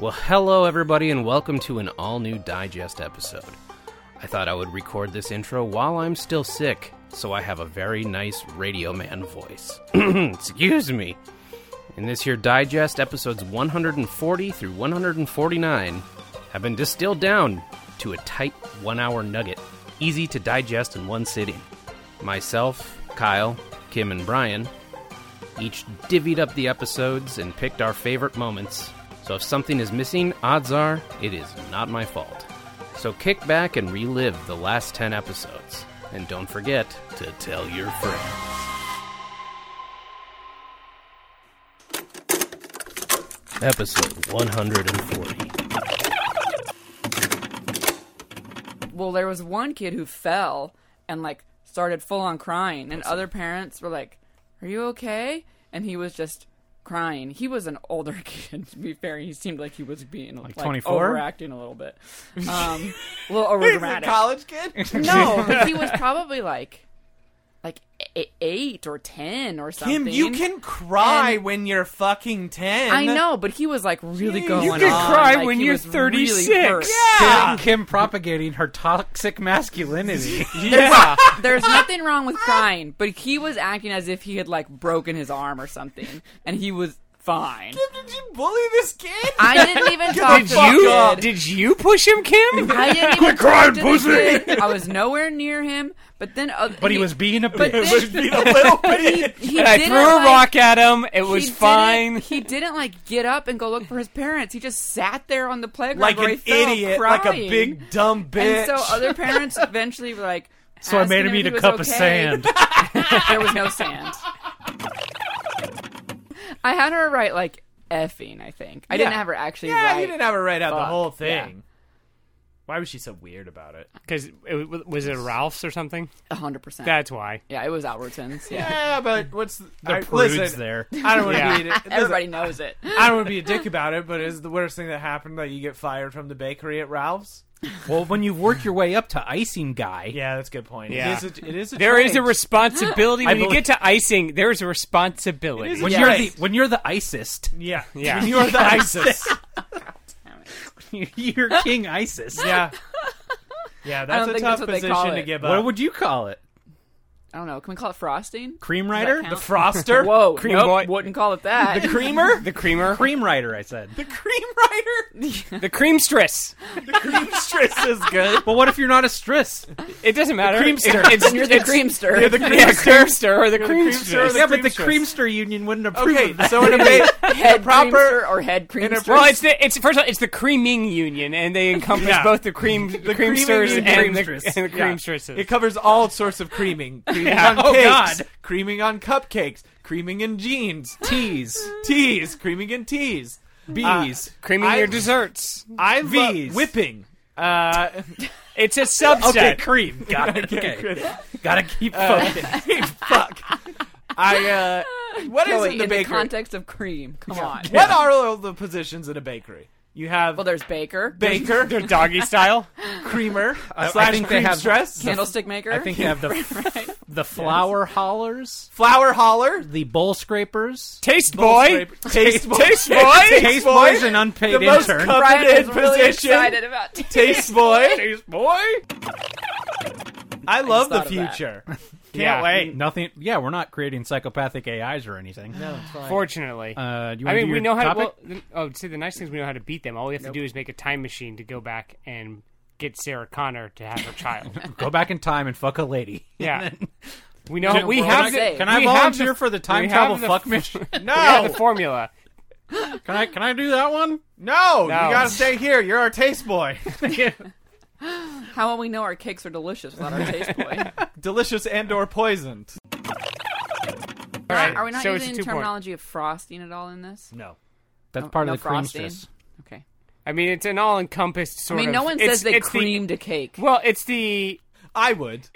Well, hello, everybody, and welcome to an all new digest episode. I thought I would record this intro while I'm still sick, so I have a very nice radio man voice. Excuse me. In this here digest, episodes 140 through 149 have been distilled down to a tight one hour nugget, easy to digest in one sitting. Myself, Kyle, Kim, and Brian each divvied up the episodes and picked our favorite moments. So if something is missing, odds are it is not my fault. So kick back and relive the last 10 episodes. And don't forget to tell your friends. Episode 140. well, there was one kid who fell and like started full on crying, and other parents were like, "Are you okay?" And he was just crying. He was an older kid, to be fair. He seemed like he was being like, 24? overacting a little bit, um, a little over dramatic. college kid? No, but he was probably like, like e- eight or ten or something. Kim, you can cry And- when you're fucking 10. I know, but he was like really Jeez. going. You can on. cry Like, when he you're was really 36. hurt. Yeah. Kim propagating her toxic masculinity. Yeah. There's nothing wrong with crying, but he was acting as if he had like broken his arm or something, and he was fine. Did you bully this kid? I didn't even talk did to the you kid. did you push him, Kim? I didn't even Quit crying, talk to the pussy. kid. I was nowhere near him, but then oth- But he was being a But bitch. then- Be a little bit. he and I didn't, threw a like- rock at him. It he was didn't- fine. He didn't like get up and go look for his parents. He just sat there on the playground Like where an he fell, idiot, crying. like a big dumb bitch. And so other parents eventually were like. so I made asking him eat if a he cup of was okay. sand. There was no sand. I had her write like effing. I think I didn't Yeah. have her actually. yeah, write. you didn't have her write out the Fuck, whole yeah. thing. Why was she so weird about it? Because was it Ralph's or something? hundred percent. That's why. Yeah, it was Albertsons. Yeah, Yeah, but what's the, The I, prude's listen, there. I don't want to Yeah. be. listen, everybody knows it. I don't want to be a dick about it, but is the worst thing that happened that you get fired from the bakery at Ralph's? Well, when you work your way up to icing guy, Yeah, that's a good point. Yeah. It is a, it is a There is a change. responsibility I when you believe- get to icing. There is a responsibility. It is a when Yeah. you're the Right. when you're the icist, Yeah, Yeah. When you are the ISIS. you're King ISIS. yeah, yeah. That's don't a think tough that's what they call position to it. give up. What would you call it? I don't know. Can we call it frosting? Cream rider? count? the froster? Whoa, Cream nope, boy. wouldn't call it that. creamer, the creamer, cream rider, I said. The cream rider. the creamstress. The creamstress is good. But what if you're not a stress? It doesn't matter. creamster. It- it's, You're the it's- creamster. the creamster or creamster or the creamstress. the yeah, but the creamstress. creamster union wouldn't approve Okay, of that. so in a ba- head proper- creamster or head creamster. Well, it's the it's first of all, it's the creaming union, and they encompass Yeah. both the cream the, creamsters creaming and the, creamstress. and the Yeah. creamstresses. It covers all sorts of creaming. Creaming on Oh, cakes. God. Creaming on cupcakes. Creaming in jeans. T's, Teas. Creaming in teas. B's. Uh, creaming I- your desserts. I love V's. whipping. Uh, It's a subset. okay, cream. Got it. okay, Okay. good. Gotta keep focused. fuck. I uh, what is Joey, in the in the bakery? context of cream. Come on. what are all the positions in a bakery? You have Well, there's baker, baker, They're doggy style. creamer, I slash think they cream have- stress, candlestick maker. I think they have the right. the flower haulers, flour hauler, the bowl scrapers, Taste bowl boy. scraper- taste boy, Taste boy. taste boys, and unpaid the most intern. coveted Brian was really position. excited about Taste boy. taste boy. I love the thought of that. future. Yeah, Wait, nothing. Yeah, we're not creating psychopathic AIs or anything. No. Fortunately. Uh, do you I wanna mean, do we your know how. To, topic? well, the, oh, see, the nice thing is we know how to beat them. All we have to do is make a time machine to go back and get Sarah Connor to have her child. Go back in time and fuck a lady. yeah, we know. Dude, we we're have. not the- safe. Can I we have volunteer for the time we have travel the- fuck mission? No, we have the formula. Can I can I do that one? no, you No. gotta stay here. You're our taste boy. How will we know our cakes are delicious without our taste boy? Delicious and/or poisoned. All right. Are we not so it's using a two point. terminology of frosting at all in this? No, that's No- part no of the frosting? creamstress. Okay. I mean, it's an all encompassed I sort of. mean, no one it's- says they it's the- creamed a cake. well, it's the. I would.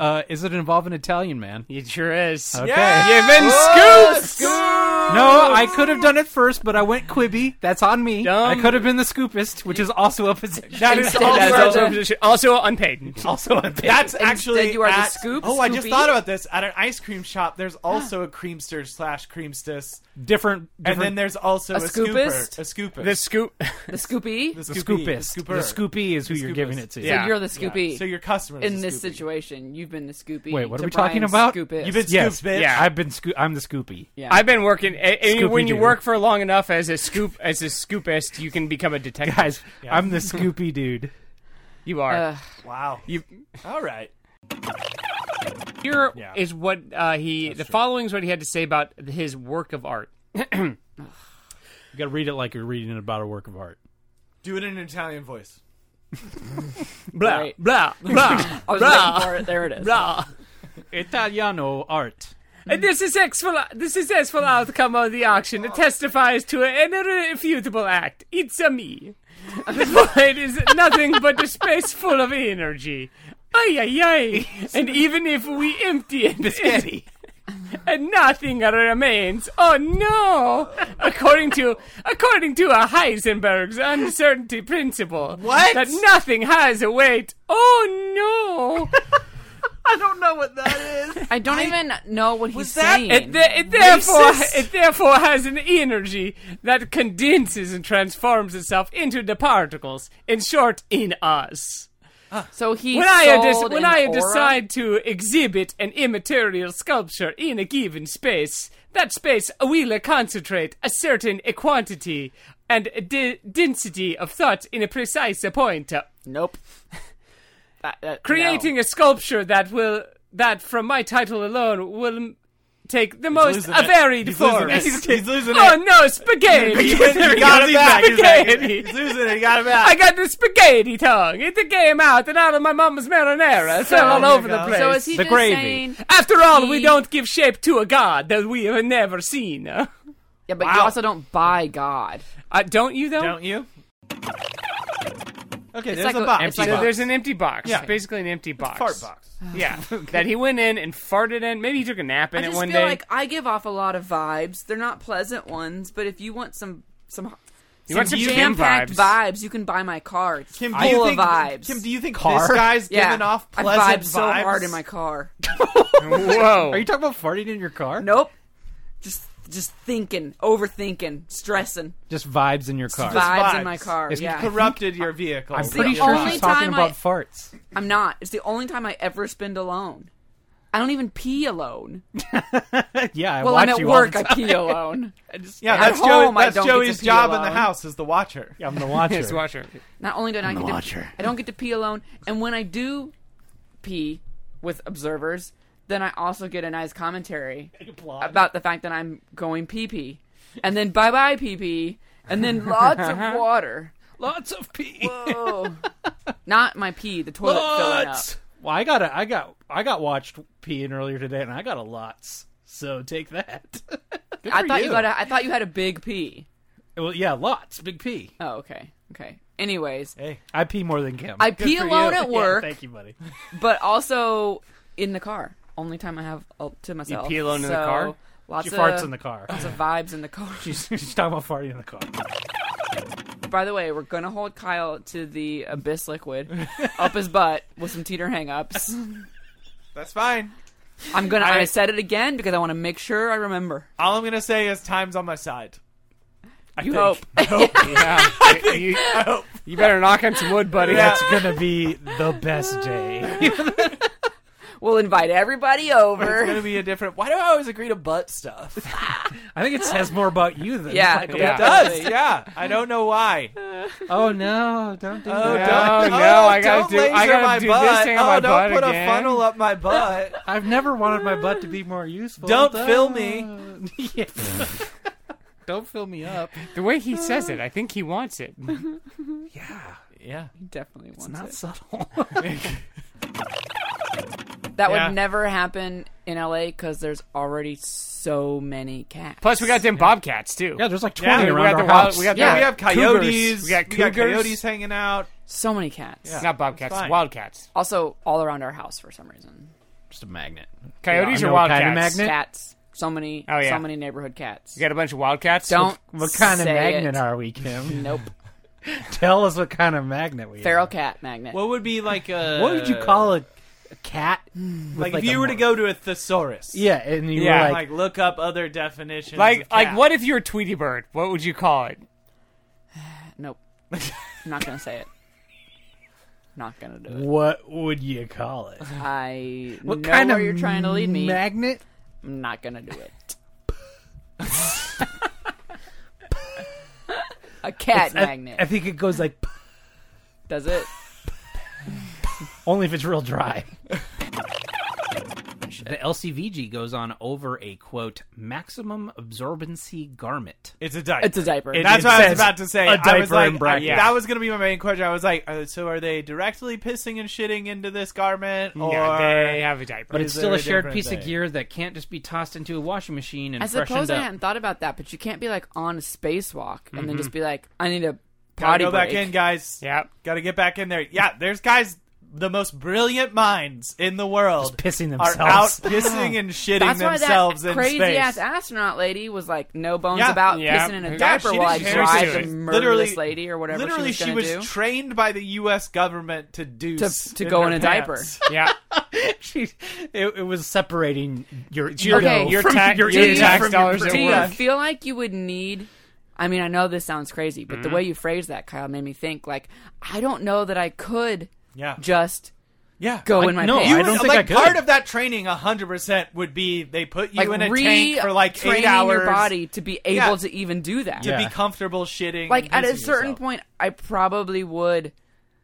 Uh, is it involving Italian man? It sure is. Okay. Yeah. Uh, You've been Whoa, scooped! scooped! No, I could have done it first, but I went quibby. That's on me. Dumb. I could have been the scoopist, which is also a position. That is Instead also, you are the- also, position- also unpaid. also a bit. That's Instead, actually you are the at- scoop, Oh, I just Scoopy. thought about this. At an ice cream shop, there's also a creamster slash creamstis, different. different and then there's also a, scoopist? scooper, a scooper. The scoop. The Scoopy. the the scoopy, scoopist. the The, scooper. scoopy is who The you're scoopist. giving it to. Yeah. So you're the Scoopy. So your customer is in a this Scoopy. situation, you've been the Scoopy. Wait, what to are we talking Brian's about? Scoopist. You've been Yes. scooped, bitch. Yeah. I've been sco- I'm the scoopy. Yeah. I've been working. And, and when you Scooby-Doo. work for long enough as a scoop, as a scoopist, you can become a detective. Guys, I'm the scoopy dude. you are. Ugh. Wow. You- All right. Here is Yeah. what uh, he. the following is what he had to say about his work of art. You gotta read it like you're reading about a work of art. Do it in an Italian voice. Blah Right. blah blah I was blah waiting for it. There it is. blah. Italiano art. And this is successful. The successful outcome of the auction it testifies to an irrefutable act. It's a me. The void is nothing but a space full of energy. Ay ay ay. And even if we empty it, it and nothing remains. Oh no! According to according to a Heisenberg's uncertainty principle, What? that nothing has a weight. Oh no! I don't know what that is. I don't even know what he's Was that- saying. It, the- it therefore Racist. it therefore has an energy that condenses and transforms itself into the particles. In short, in us. so he When I sold des- when an I aura? decide to exhibit an immaterial sculpture in a given space, that space will concentrate a certain quantity and de- density of thought in a precise point, nope. That- that- creating no. a sculpture that will that from my title alone will m- take the most losing a it. varied He's losing form. it. He's- he's losing oh it. no, spaghetti! He got it back. He's back. Spaghetti! He's losing it. He got it back. I got the spaghetti tongue. It came out and out of my mama's marinara. It's So- all There you over the Oh, go. place. So is he The just gravy. saying? After all, we He- don't give shape to a god that we have never seen. Uh, Yeah, but you Wow. also don't buy God. don't you though? Oh. Don't you? Okay, there's like a a- box. it's So like a- there's an empty box. Yeah. It's basically an empty box. fart box. Yeah, that he went in and farted in. Maybe he took a nap in I it just one feel day. like I give off a lot of vibes. They're not pleasant ones, but if you want some some, you want some jam packed vibes? vibes, you can buy my car. It's Kim, do full you of think, vibes. Kim, do you think Car? this guy's yeah, giving off I pleasant vibe so hard in my car. Whoa! Are you talking about farting in your car? Nope. Just just thinking, overthinking, stressing. Just vibes in your car. Vibes, vibes. in my car. It's yeah. corrupted your vehicle? I'm the pretty sure only she's talking time about I- farts. I'm not. It's the only time I ever spend alone. I don't even pee alone. Yeah, I Well, watch I'm at you work. all I the time. pee alone. yeah, at that's, home, I Joey, that's don't get to Joey's pee job in alone. the house is the watcher. I'm the watcher. Yes, watcher. Not only do I not get to, watcher. I don't get to pee alone, and when I do pee with observers, then I also get a nice commentary about the fact that I'm going pee pee, and then bye bye pee pee, and then lots of water. Lots of pee. Oh, not my pee, the toilet filling up. Lots. Well, I got a, I got I got watched peeing earlier today, and I got a lots. So take that. Good I for thought you. got. A, I thought you had a big pee. Well, yeah, lots. Big P. Oh, okay, okay. Anyways, Hey, I pee more than Kim. I Good pee for alone you. at Yeah, work. thank you, buddy. but also in the car. Only time I have uh, to myself. pee alone in the So, car? Lots She of farts in the car. Lots of vibes in the car. She's, she's talking about farting in the car. By the way, we're gonna hold Kyle to the abyss liquid up his butt with some teeter hang-ups. that's fine. I'm gonna. I, I- said it again because I want to make sure I remember. All I'm gonna say is time's on my side. I You think hope. Yeah. you, you better knock on some wood, buddy. Yeah. That's- it's gonna be the best day. We'll invite everybody It's over. gonna be a different. Why do I always agree to butt stuff? I think it says more about you than Yeah, Like, Yeah. It does. Yeah, I don't know why. Oh no! Don't do Oh, that. don't, no, oh, I gotta don't do- laser I gotta my do this butt. thing oh, on my don't butt put again. a funnel up my butt. I've never wanted my butt to be more useful. Don't fill me. Yeah. don't fill me up. the way he says it, I think he wants it. Yeah, yeah, He definitely wants not it. subtle. That Yeah. would never happen in LA because there's already so many cats. Plus, we got them bobcats too. yeah, there's like Yeah, twenty we around got our the wild- house. we got Yeah. we have coyotes. Cougars. We got cougars. coyotes hanging out. so many cats. Yeah. Not bobcats, It's fine. wildcats. Also, all around our house for some reason. just a magnet. Coyotes Yeah, I or know what kind of wildcats? magnet. Cats. so many, Oh, yeah. so many neighborhood cats. You got a bunch of wildcats? Don't What kind of say magnet it. are we, Kim? Nope, Tell us what kind of magnet we feral are. cat magnet. What would be like a? What would you call a, a cat? with, Like, like if a you were to mor- go to a thesaurus. Yeah, and you Yeah, Like, were like, look up other definitions. Like, of like cat. what if you were Tweety Bird? What would you call it? Nope, I'm not gonna say it. Not gonna do it. what would you call it? I What know kind where of you're trying to lead me. Magnet? I'm not gonna do it. a cat I- magnet. I, think it goes like "P-" Does it? only if it's real dry. The LCVG goes on over a quote maximum absorbency garment. It's a diaper. It's a diaper. It- That's what I was says about to say. a I was diaper in like, brackets. that was going to be my main question. I was like, uh, so are they directly pissing and shitting into this garment, or yeah, they have a diaper. But it's Is still there a a shared different piece of thing? gear that can't just be tossed into a washing machine and I freshened suppose I up. hadn't thought about that, but you can't be like on a spacewalk and then just be like, I need a Mm-hmm. gotta potty go break. back in, guys? yeah. gotta get back in there. Yeah, there's guys, the most brilliant minds in the world, Pissing are themselves. out pissing and shitting That's why themselves that in crazy space. ass astronaut lady was like no bones Yeah. about Yeah. pissing in Yeah, a diaper she while I didn't care. She drive was to doing- murder literally- this lady or whatever Literally, she she was gonna was do. trained by the U.S. government to do To- to go in a diaper. Yeah. She, it, it was separating your Your, Okay. ego your, from tax, your your ego tax from your dollars at do brain. you work. feel like you would need I mean, I know this sounds crazy, but Mm-hmm. the way you phrased that, Kyle, made me think like I don't know that I could Yeah, just yeah. go I- in my no, pants. you You I don't would- think like I could. part of that training, hundred percent, would be they put you like in a tank for like eight retraining hours your body to be able Yeah. to even do that. to Yeah. be comfortable shitting. Like at and a pissing certain yourself. point, I probably would,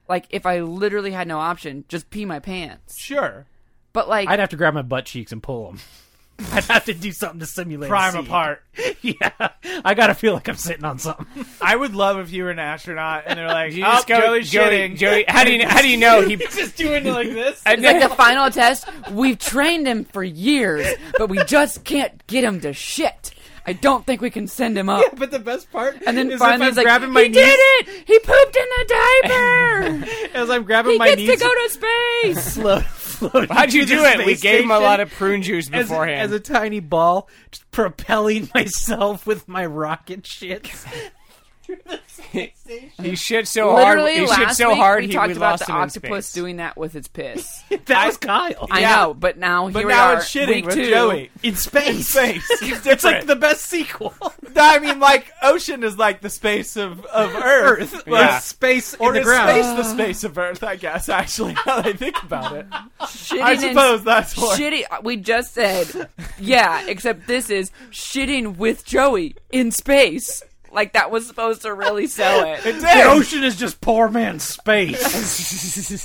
like if I literally had no option, just pee my pants. Sure, But like, I'd have to grab my butt cheeks and pull them. I'd have to do something to simulate. prime a seat. apart. Yeah, I gotta feel like I'm sitting on something. I would love if you were an astronaut and they're like, You oh, just go, Joey's Joey, shitting. Joey, how do you how do you know he? just doing it like this. I it's like the final test. We've trained him for years, but we just can't get him to shit. I don't think we can send him up. but the best part, and then is finally, if I'm he's like, grabbing my "He knees, did it! He pooped in the diaper. as I'm grabbing he my gets to knees. go to space." Float, float How'd you into do the it? We space gave him a station lot of prune juice as a- beforehand. as a tiny ball, just propelling myself with my rocket shit. He shit so Literally, hard. He shit last so week hard. we he, talked we about lost the him in octopus space. doing that with its piss. That was Kyle I Yeah. know, but now here But we now are, it's shitting week with two. Joey. in space. Space. It's, It's like the best sequel. I mean, like ocean is like the space of of Earth, Like, Earth, Yeah. space or in the is ground. space the space of Earth? I guess actually, now that I think about it, Shitting I in suppose that's what. shitty. uh, We just said, yeah. Except this is shitting with Joey in space. Like that was supposed to really sell it. The ocean is just poor man's space.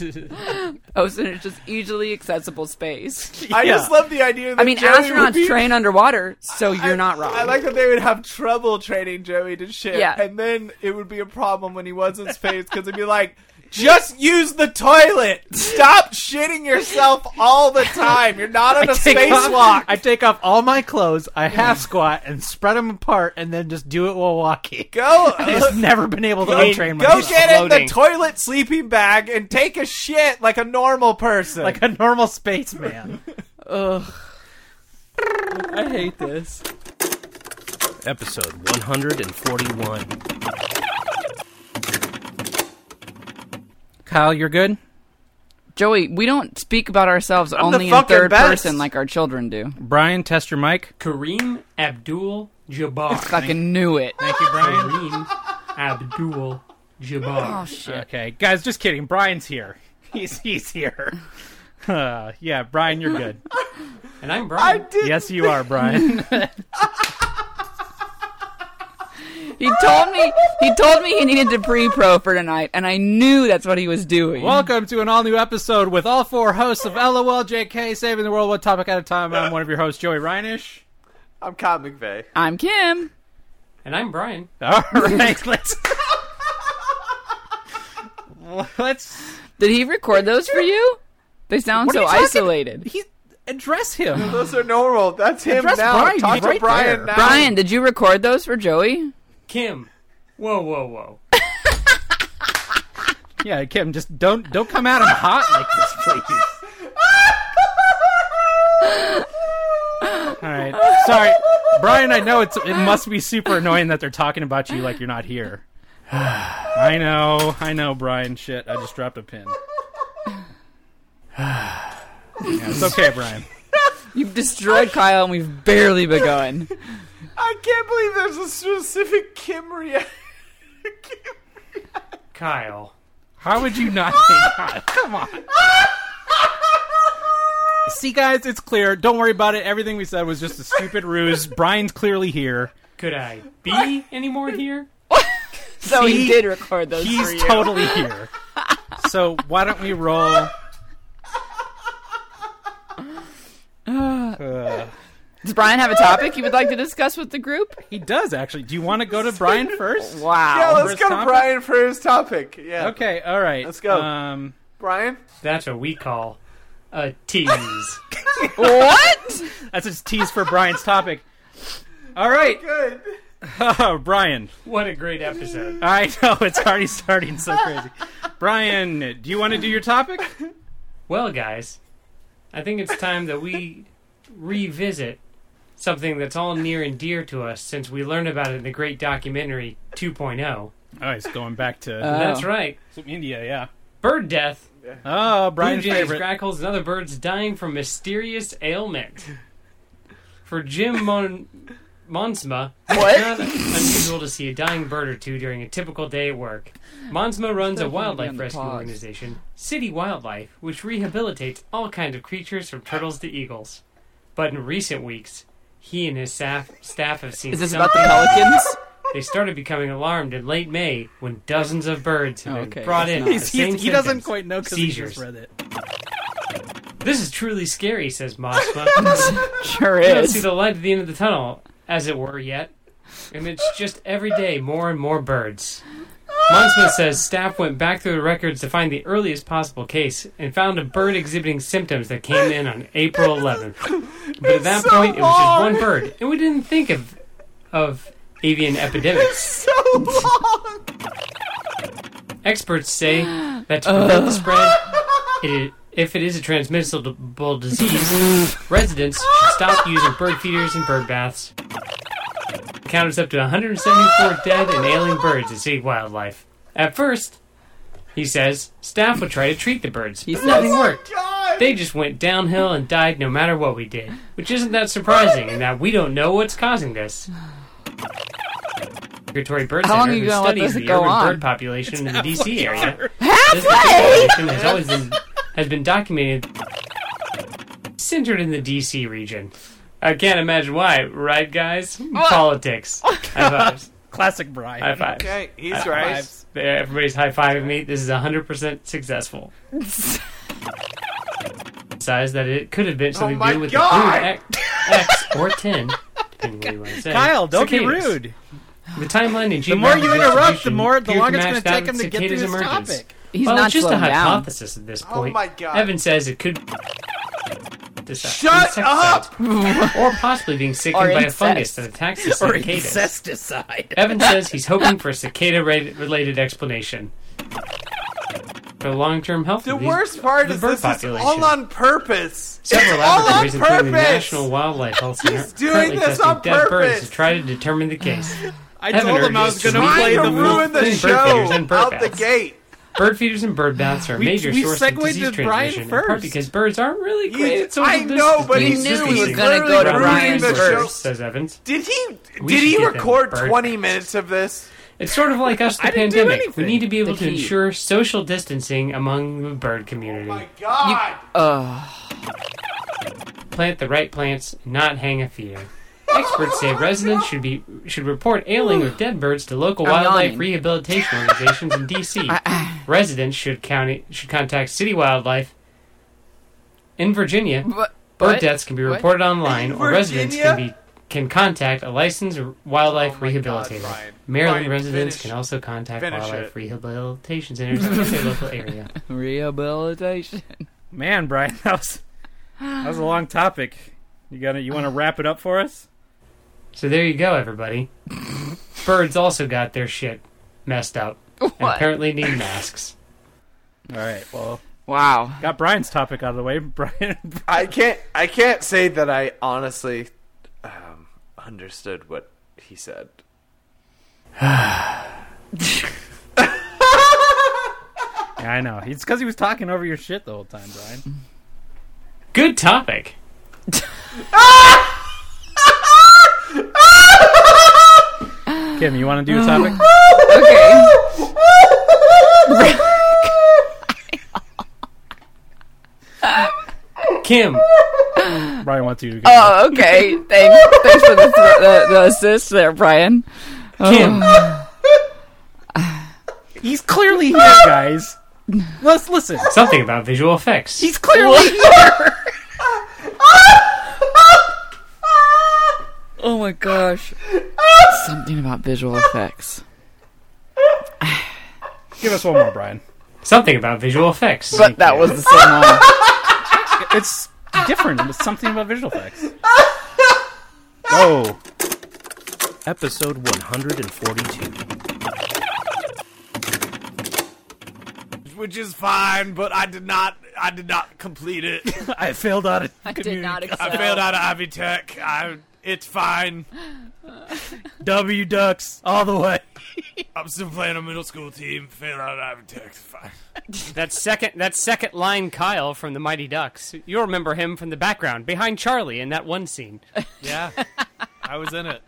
Ocean is Oh, just easily accessible space. I Yeah. just love the idea. That I mean, Joey would astronauts be- train underwater, so you're I- not wrong. I like that they would have trouble training Joey to shit, Yeah. and then it would be a problem when he was in space because it'd be like, just use the toilet. Stop shitting yourself all the time. You're not on a off, spacewalk. I take off all my clothes, I half squat and spread them apart, and then just do it while walking. Go. uh, I've just never been able to untrain Go myself get in the floating. toilet sleeping bag and take a shit like a normal person. like a normal spaceman. Ugh. I hate this. Episode 141. Kyle, you're good? Joey, we don't speak about ourselves the only in fucking third best. person like our children do. Brian, test your mic. Kareem Abdul Jabbar. Fucking knew it. Thank you, Brian. Kareem Oh Abdul Jabbar. shit. okay, guys, just kidding. Brian's here. He's he's here. Uh, yeah, Brian, you're good. And I'm I Brian. did. Yes, you are, Brian. He told me he told me he needed to pre-pro for tonight, and I knew that's what he was doing. Welcome to an all new episode with all four hosts of LOLJK, saving the world one topic at a time. I'm one of your hosts, Joey Reinish. I'm Kyle McVeigh. I'm Kim. And I'm Brian. All right, let's. let's Did he record those for you? They sound What are so you talking- isolated. he address him. Those are normal. That's him Address now. Brian. Talk He's to right Brian there. now. Um, Brian, did you record those for Joey? Kim. Whoa, whoa, whoa. Yeah, Kim, just don't don't come at him hot like this, please. All right. Sorry, Brian. I know it's it must be super annoying that they're talking about you like you're not here. I know, I know, Brian. Shit, I just dropped a pin. Yeah, it's okay, Brian. You've destroyed Kyle, and we've barely begun. I can't believe there's a specific Kim reaction. Kyle. How would you not think? that? Come on. See, guys, it's clear. Don't worry about it. Everything we said was just a stupid ruse. Brian's clearly here. Could I be any more here? So See? he did record those for He's you. totally here. So why don't we roll? Uh, Does Brian have a topic you would like to discuss with the group? he does actually. Do you want to go to Brian first? Yeah, Wow. let's his go to topic? Brian for his topic. Yeah. Okay, all right. Let's go. Um, Brian? That's what we call a tease. what? that's a tease for Brian's topic. All right, Good. Brian. what a great episode. I know it's already starting so crazy. Brian, do you want to do your topic? Well, guys, I think it's time that we revisit something that's all near and dear to us since we learned about it in the great documentary 2.0. Oh, he's going back to Uh, That's Oh. right. India. Yeah. Bird death. Oh, Blue Brian's jays, favorite. grackles, and other birds dying from mysterious ailment. For Jim Mon- Monsma, it's not unusual to see a dying bird or two during a typical day at work. Monsma Still gonna runs a be on wildlife the rescue pause. organization, City Wildlife, which rehabilitates all kinds of creatures from turtles to eagles. But in recent weeks, he and his staff, staff have seen Is this about something the pelicans? they started becoming alarmed in late May when dozens of birds have Oh, been okay. brought That's in. not- with the He's- he's- same he doesn't symptoms, quite know because he seizures. just read it. This is truly scary, says Mosma. Sure we don't see is. the light at the end of the tunnel, as it were, yet. And it's just every day more and more birds. Monsma says staff went back through the records to find the earliest possible case and found a bird exhibiting symptoms that came in on April 11th. But at that so point, it was just long. one bird, and we didn't think of of avian epidemics. So long. Experts say that to prevent the spread, it, if it is a transmissible disease, residents should stop using bird feeders and bird baths. Count is up to 174 dead and ailing birds at City Wildlife. At first, he says, staff would try to treat the birds, but says- nothing worked. God. They just went downhill and died no matter what we did, which isn't that surprising in that we don't know what's causing this. Migratory Bird How long Center, are you who gonna let studies this the go urban on? bird population in the DC area, this Halfway. population has always been has been documented centered in the DC region. I can't imagine why, right, guys? Politics. High fives. Classic Brian. High fives. Okay, he's High right. fives. Everybody's high fiving me. This is 100% successful. Size that it could have been something to Oh my do with God! the food X, X or 10. Depending what you want to say. Kyle, don't be Cicadas. rude. The timeline and The more geographic you interrupt, the distribution more the appear longer it's match going to that take of him to get to cicadas' his emergence. topic. He's well, not it's just a slowing down. hypothesis at this Oh point. my God. Evan says it could. be Shut insecticides, up! or possibly being sickened Or by a incest. fungus that attacks the cicadas. Pesticide. Evan says he's hoping for a cicada-related explanation for long-term health. The of these- worst part the is bird this population. is all on purpose. Several it's all on laboratories, including purpose. the National Wildlife Health Center, He's doing currently this testing on dead birds purpose. to try to determine the case. I Evan told him I urges was to going to read play Trying the to ruin ruin the Bird feeders show and bird out baths. the gate. Bird feeders and bird baths are a We- major we source of segued disease to Brian transmission, in part first. because birds aren't really great You- at social I know, but he He distancing. knew he was Distancing. going to go literally to ruining Brian's the show. first. says Evans. Did he? We Did should he get them record bird twenty baths. minutes of this? It's sort of like us, the didn't do pandemic. We anything. need to be able The to key. ensure social distancing among the bird community. My God. Ugh. Plant the right plants, not hang a feeder. Experts say residents should be should report ailing with dead birds to local I'm wildlife yawning. rehabilitation organizations in D.C. residents should county should contact City Wildlife. In Virginia, But, Bird but- deaths can be What? reported online, Virginia? or residents can be can contact a licensed wildlife Oh my God, rehabilitator. Brian. Maryland Brian, residents finish- can also contact finish wildlife it. rehabilitation centers in their local area. Rehabilitation. Man, Brian, that was that was a long topic. You got to You want to wrap it up for us? So there you go, everybody. Birds also got their shit messed up and What? apparently need masks. All right. Well, Wow. got Brian's topic out of the way. Brian, I can't. I can't say that I honestly um, understood what he said. Yeah, I know. It's because he was talking over your shit the whole time, Brian. Good topic. Kim, you want to do a topic? Okay. Kim, Brian wants you to go. Oh, okay. Thanks. Thanks for the, the, the assist there, Brian. Kim, He's clearly here, guys. Let's listen. something about visual effects. He's clearly Ah! Oh my gosh. Ah! Something about visual effects. give us one more, Brian. Something about visual effects. But that was the same one. It's different. It's something about visual effects. Oh, Episode 142. which is fine, but I did not. I did not complete it. I failed on it. I did not excel. I failed out of Ivy Tech. I. It's fine. W ducks all the way. I'm still playing a middle school team. Failed out of Ivy Tech. It's fine. That second, that second line, Kyle from the Mighty Ducks. You remember him from the background, behind Charlie in that one scene. Yeah, I was in it.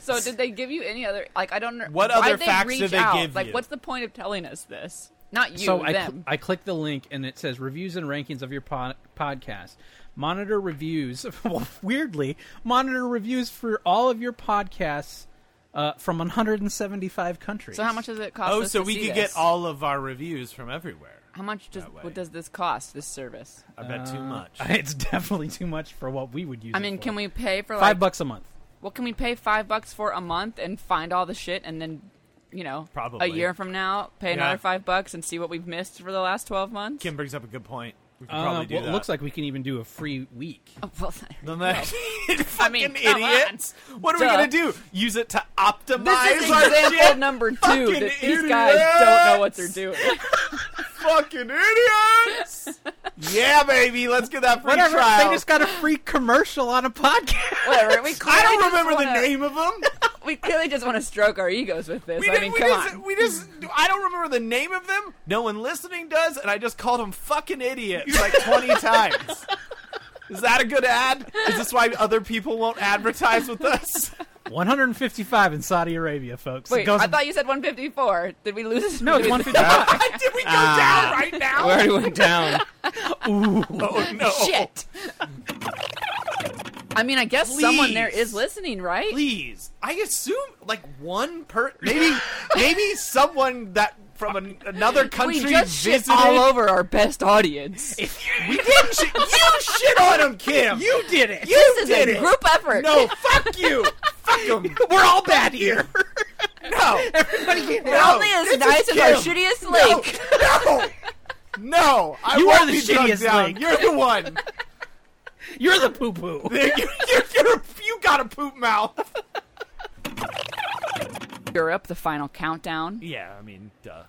So did they give you any other? Like I don't know. What why'd other they facts reach did they out? give Like you? what's the point of telling us this? Not you, so I, cl- them. I click the link and it says reviews and rankings of your pod- podcast. Monitor reviews. Well, Weirdly, monitor reviews for all of your podcasts uh, from 175 countries. so how much does it cost? Oh, us so to we see could this? get all of our reviews from everywhere. How much does that way. what does this cost? This service? I bet too much. It's definitely too much for what we would use. I it mean, for. can we pay for like Five bucks a month. What can we pay five bucks for a month and find all the shit and then, you know, Probably. a year from now pay Yeah. another five bucks and see what we've missed for the last twelve months? Kim brings up a good point. We could Uh, probably do well, that. It looks like we can even do a free week. Oh, well, the next I mean, fucking come on. idiots. What are we Duh. gonna do? Use it to optimize This is our example shit? number two Fucking that these guys don't know what they're doing. Fucking idiots! yeah, baby. Let's get that free Whatever. trial. They just got a free commercial on a podcast. Whatever. We I clearly don't just remember wanna- the name of them. We clearly just want to stroke our egos with this. We, I didn't- mean, we come just, on. we just, I don't remember the name of them. No one listening does, and I just called them fucking idiots like 20 times. Is that a good ad? Is this why other people won't advertise with us? 155 in Saudi Arabia, folks. It Wait, goes- I thought you said 154. Did we lose? no, it's 155. Did we go down right now? We already went down. Oh no! Shit. I mean, I guess someone there Please. is listening, right? Please, I assume like one per maybe maybe someone that from an, another country We just shit visited. all over our best audience. We didn't. Shit. You shit on him, Kim. You did it. You this is did a it. group effort. No, fuck you. fuck him. We're all bad here. No. Everybody get We're no. only as This nice is as our Kim. shittiest lake. No. No. I You won't are the be drugged shittiest down. link. You're the one. You're the poo poo. you're, you're, you're, you got a poop mouth. Europe, the final countdown. Yeah, I mean, duh.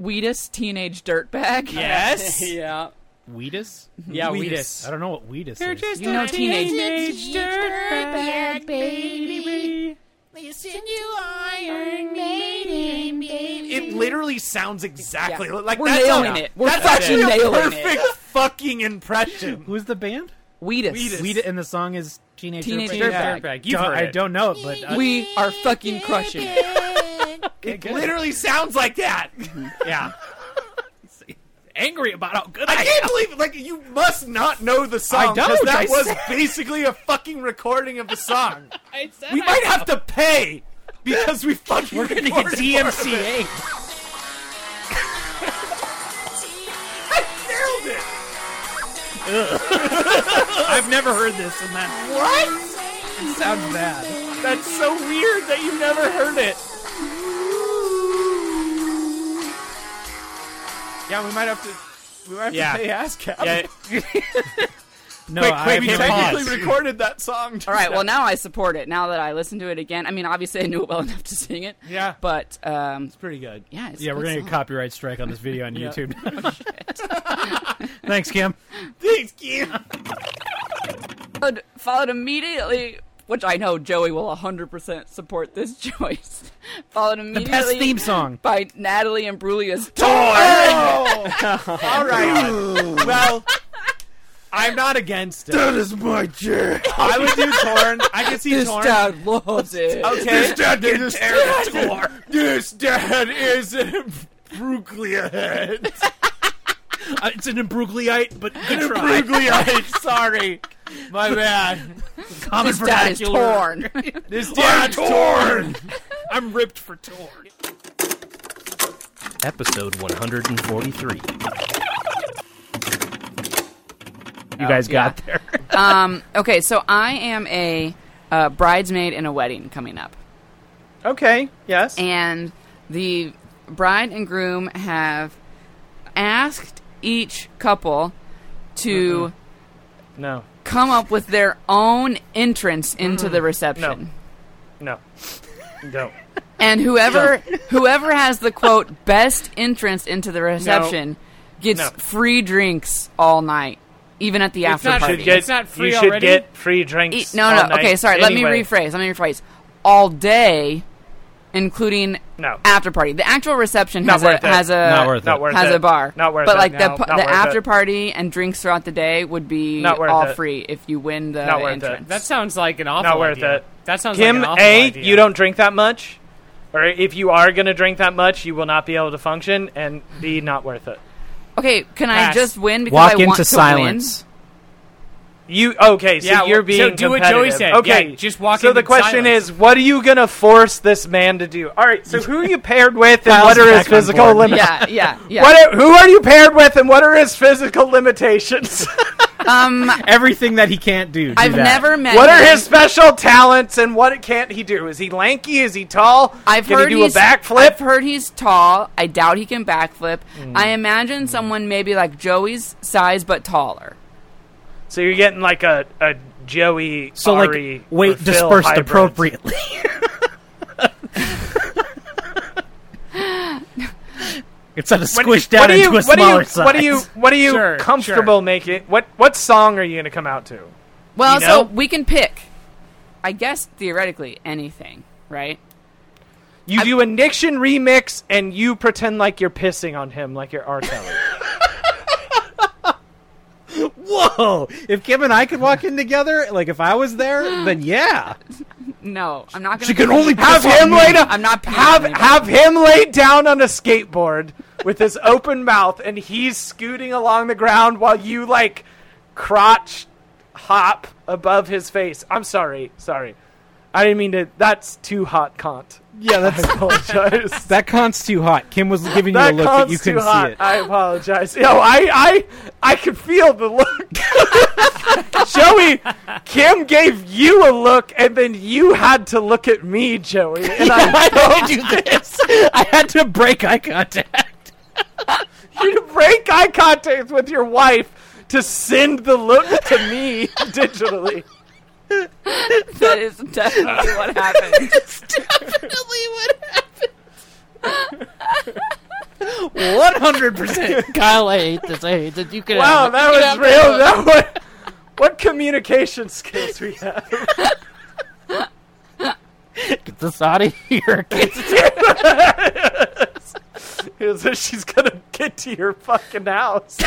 Weedus, teenage dirtbag. Yes. yeah. Weedus? Yeah, Weedus. I don't know what Weedus is. You know, teenage. It literally sounds exactly Yeah. like We're that's nailing a, it. We're that's fucking actually a nailing it. perfect fucking impression. Who's the band? Weedus. Weed and the song is Teenage, Teenage Dirtbag. Dirtbag. Dirtbag. You've Don't- heard I it. don't know it, but uh, I, We are fucking crushing. it. It literally sounds like that. Yeah. Mm-hmm. angry about how good I can't believe it. Like you must not know the I song don't, because that I was said- basically a fucking recording of the song. we might have to pay because we fucking we're gonna get DMCA. I nailed it. I've never heard this, and that What? sounds bad. That's so weird that you never heard it. Yeah, we might have to. We might have Yeah. to pay ASCAP. Yeah. No, Quick, I quick, we have no technically pause. recorded that song. All right, well, now I support it. Now that I listen to it again, I mean, obviously I knew it well enough to sing it. Yeah. But, um, pretty good. yeah. It's a Yeah, we're good gonna get song. copyright strike on this video on YouTube. Thanks, Kim. Thanks, Kim. Followed, followed immediately which I know Joey will 100% support this choice. Followed immediately Pest theme song. by Natalie and Brulia's Oh, Oh. All right. well, I'm not against it. That is my chair. I would do Torn. I could see Torn. dad loves it. Okay. dad this dad, this dad is a Bruglia head. Uh, it's an imbrugliite, but good try. Brugliite, sorry. My bad. Common His dad is vernacular. torn. This dad's torn. I'm ripped for torn. Episode 143. You guys got there. um, okay, so I am a uh, bridesmaid in a wedding coming up. Okay. Yes. and the bride and groom have asked each couple to no. come up with their own entrance into the reception. No. No. And whoever whoever has the quote best entrance into the reception gets No. free drinks all night, even at the after not- party. should get- E- It's not free you should already? get free drinks. no, all no, okay, night sorry. Let anyway. me rephrase. Let me rephrase. All day, including No, after party. The actual reception Not has a worth it. has a Not worth it. not worth has it. a bar. Not worth but it. like the No, p- not the worth after it. party and drinks throughout the day would be Not worth all it. free if you win the Not worth it. entrance. That sounds like an awful Not worth idea. it. That sounds Kim, like an awful A, idea. you don't drink that much, or if you are going to drink that much, you will not be able to function, and B, not worth it. okay, can I Pass. just win because Walk I into want to silence. You okay? So Yeah, well, you're so being do what competitive. Joey said. Okay, Yeah, just walk So in the in question silence. is, what are you gonna force this man to do? All right. So who are you paired with, and what are his back on physical board. limitations? win? Yeah, yeah, yeah. What are, who are you paired with, and what are his physical limitations? um, Everything that he can't do. do I've that. never met. what are him. his special talents, and what can't he do? Is he lanky? Is he tall? I've Can heard he do a he's, I've backflip? Hmm. heard he's tall. I doubt he can backflip. I imagine someone maybe like Joey's size but taller. So you're getting like a, a Joey, So like Ari, or weight Phil dispersed hybrids. appropriately. it's not a What- squished what down do you- into a what do smaller you, size. What are you? What are you Sure, comfortable sure. making? What what song are you going to come out to? Well, You so know? we can pick. I guess theoretically anything, right? You do a Nixon remix, and you pretend like you're pissing on him, like you're R. Kelly. Whoa! If Kim and I could walk in together, like if I was there, then yeah. No, I'm not going to. have him laid. I'm not peeing have on anybody. have him laid down on a skateboard with his open mouth, and he's scooting along the ground while you like crotch hop above his face. I'm sorry, sorry. I didn't mean to. That's too hot, Kant. Yeah, I that's apologize. that cont's too hot. Kim was giving you a that look that counts you too couldn't hot. see it. I apologize. Yo, I, I, I could feel the look. Joey, Kim gave you a look, and then you had to look at me, Joey. And I I did do this. I had to break eye contact. you to break eye contact with your wife to send the look to me digitally. That is definitely what happened. One hundred percent. Kyle, I hate this. I hate this. You can Wow, that was real. That was, what communication skills we have. get this out of here. Is that she's gonna get to your fucking house.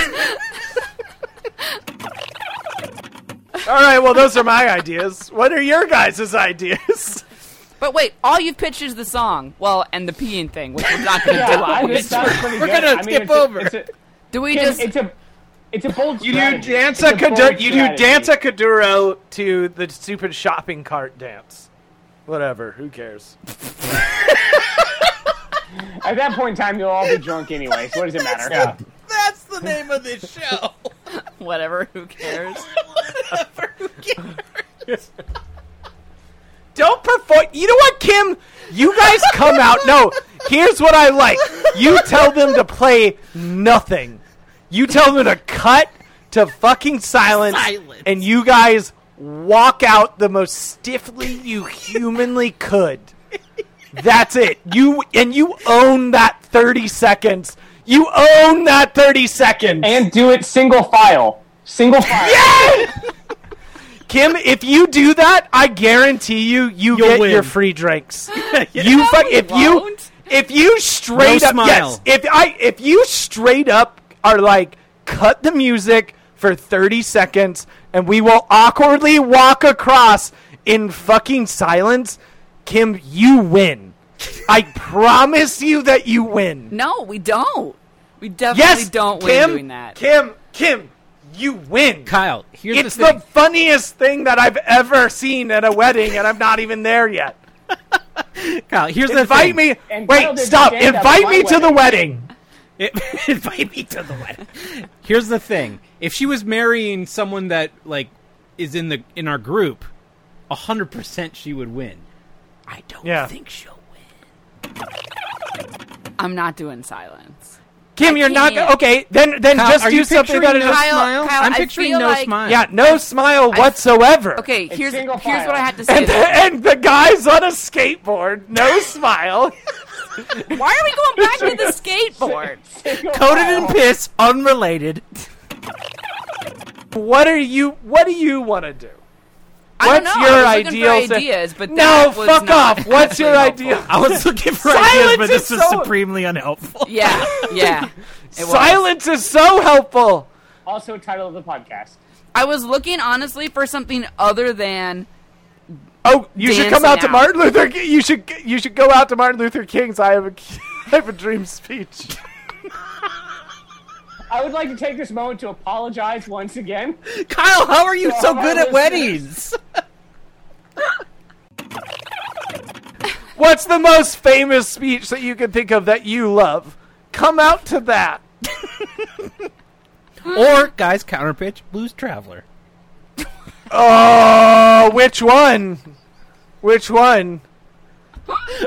All right, well, those are my ideas. What are your guys' ideas? But wait, all you've pitched is the song. Well, and the peeing thing, which we're not going to do. We're gonna skip over. It's a, Do we just? it's, a, it's a it's a bold. You do strategy. danza It's a Kadu- bold you do strategy. danza Kaduro to the stupid shopping cart dance. Whatever, who cares? At that point in time, you'll all be drunk anyway. So what does it matter? That's the name of this show. Whatever. Who cares? Don't perform. You know what, Kim? You guys come out. No, here's what I like. You tell them to play nothing. You tell them to cut to fucking silence, Silence. and you guys walk out the most stiffly you humanly could. That's it. You and you own that 30 seconds. You own that 30 seconds. And do it single file. Single file. Yes! Kim, if you do that, I guarantee you, you You'll get win. your free drinks. You fuck if you won't. if you straight No up yes, smile. if I if you straight up are like cut the music for thirty seconds and we will awkwardly walk across in fucking silence, Kim, you win. I promise you that you win. No, we don't. We definitely yes, don't Kim, win doing that. Kim, Kim, you win. Kyle, here's It's the thing. the funniest thing that I've ever seen at a wedding, and I'm not even there yet. Kyle, here's the Invite thing. me. And Kyle Wait, did stop. stand up Invite at me my to the wedding. It, invite me to the wedding. Here's the thing: if she was marrying someone that like is in the in our group, hundred percent she would win. I don't Yeah. think she'll win. I'm not doing silence. Kim, you're not can't. okay. Then, then Kyle, just are do you something picturing that is no Kyle- smile? Kyle, I'm I picturing feel no like- smile. yeah, no smile whatsoever. Okay, here's here's single what file. I had to say. And the, and the guy's on a skateboard, no smile, Why are we going back to the skateboard? coated in piss, unrelated. What are you? What do you want to do? I don't What's know, your I was looking for ideal? se- ideas, but no, that was fuck not off. What's your actually ideal? I was looking for Silence ideas, but is this is so- supremely unhelpful. Yeah, yeah. It was. Silence is so helpful. Also, title of the podcast. I was looking honestly for something other than Oh, you should come Dancing out to out. Martin Luther. Ki- You should you should go out to Martin Luther King's "I Have a I Have a Dream" speech. I would like to take this moment to apologize once again. Kyle, how are you so all good at listeners. weddings? What's the most famous speech that you can think of that you love? Come out to that. or guys, counterpitch, blues traveler. Oh, which one? Which one?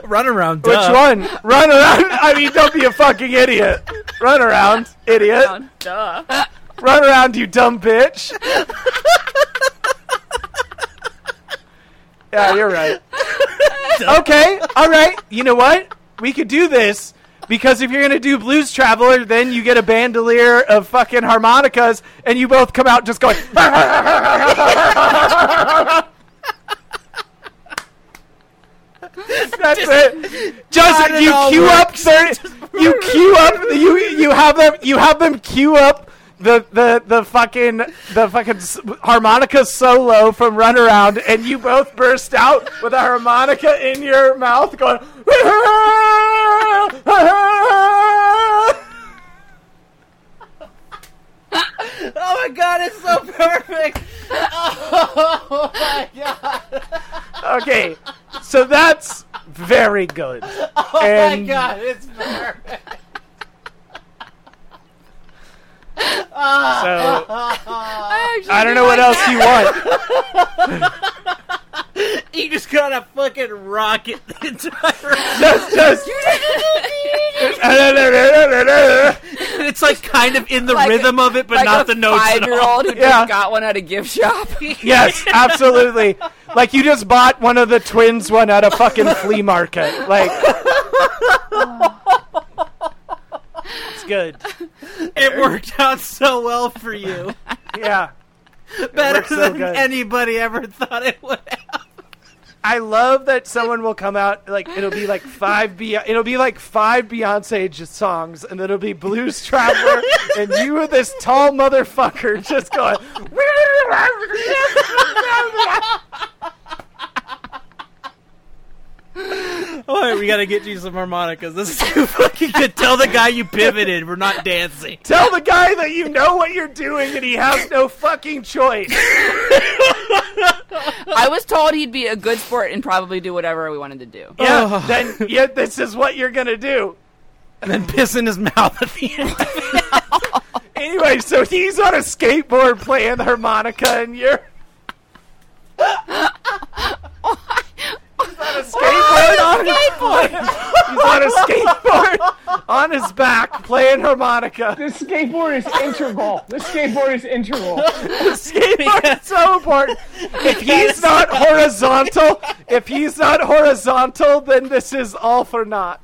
Run around, Which duh. one? Run around. I mean, don't be a fucking idiot. Run around, idiot. Run around, you dumb bitch. yeah, you're right. okay, all right. You know what? We could do this because if you're going to do Blues Traveler, then you get a bandolier of fucking harmonicas and you both come out just going. That's it. Just you queue up thirty. You queue up. You you have them. You have them queue up the the the fucking the fucking s- harmonica solo from Runaround, and you both burst out with a harmonica in your mouth, going. Oh my god, it's so perfect. Okay, so that's very good. Oh and my god, it's perfect. so I don't know what else you want. You just gotta fucking rocket the entire. just, just. It's like kind of in the Like- rhythm of it, but like not the a notes at all. five-year-old who Yeah. just got one at a gift shop. yes, absolutely. Like you just bought one of the twins one at a fucking flea market. Like it's good. It worked out so well for you. Yeah, Better worked so than good. anybody ever thought it would. I love that someone will come out like it'll be like five be it'll be like five Beyonce j- songs, and then it'll be Blues Traveler, and you with this tall motherfucker just going. Oh, we gotta get you some harmonicas. This is too fucking good. Tell the guy you pivoted. We're not dancing. Tell the guy that you know what you're doing and he has no fucking choice. I was told he'd be a good sport and probably do whatever we wanted to do. Yeah, then yeah, this is what you're gonna do. And then piss in his mouth at the end. Anyway, so he's on a skateboard playing the harmonica and you're He's on a skateboard on his, he's on a skateboard on his back playing harmonica. This skateboard is integral. This skateboard is integral. Skateboard is so important. If he's not horizontal, if he's not horizontal, then this is all for naught.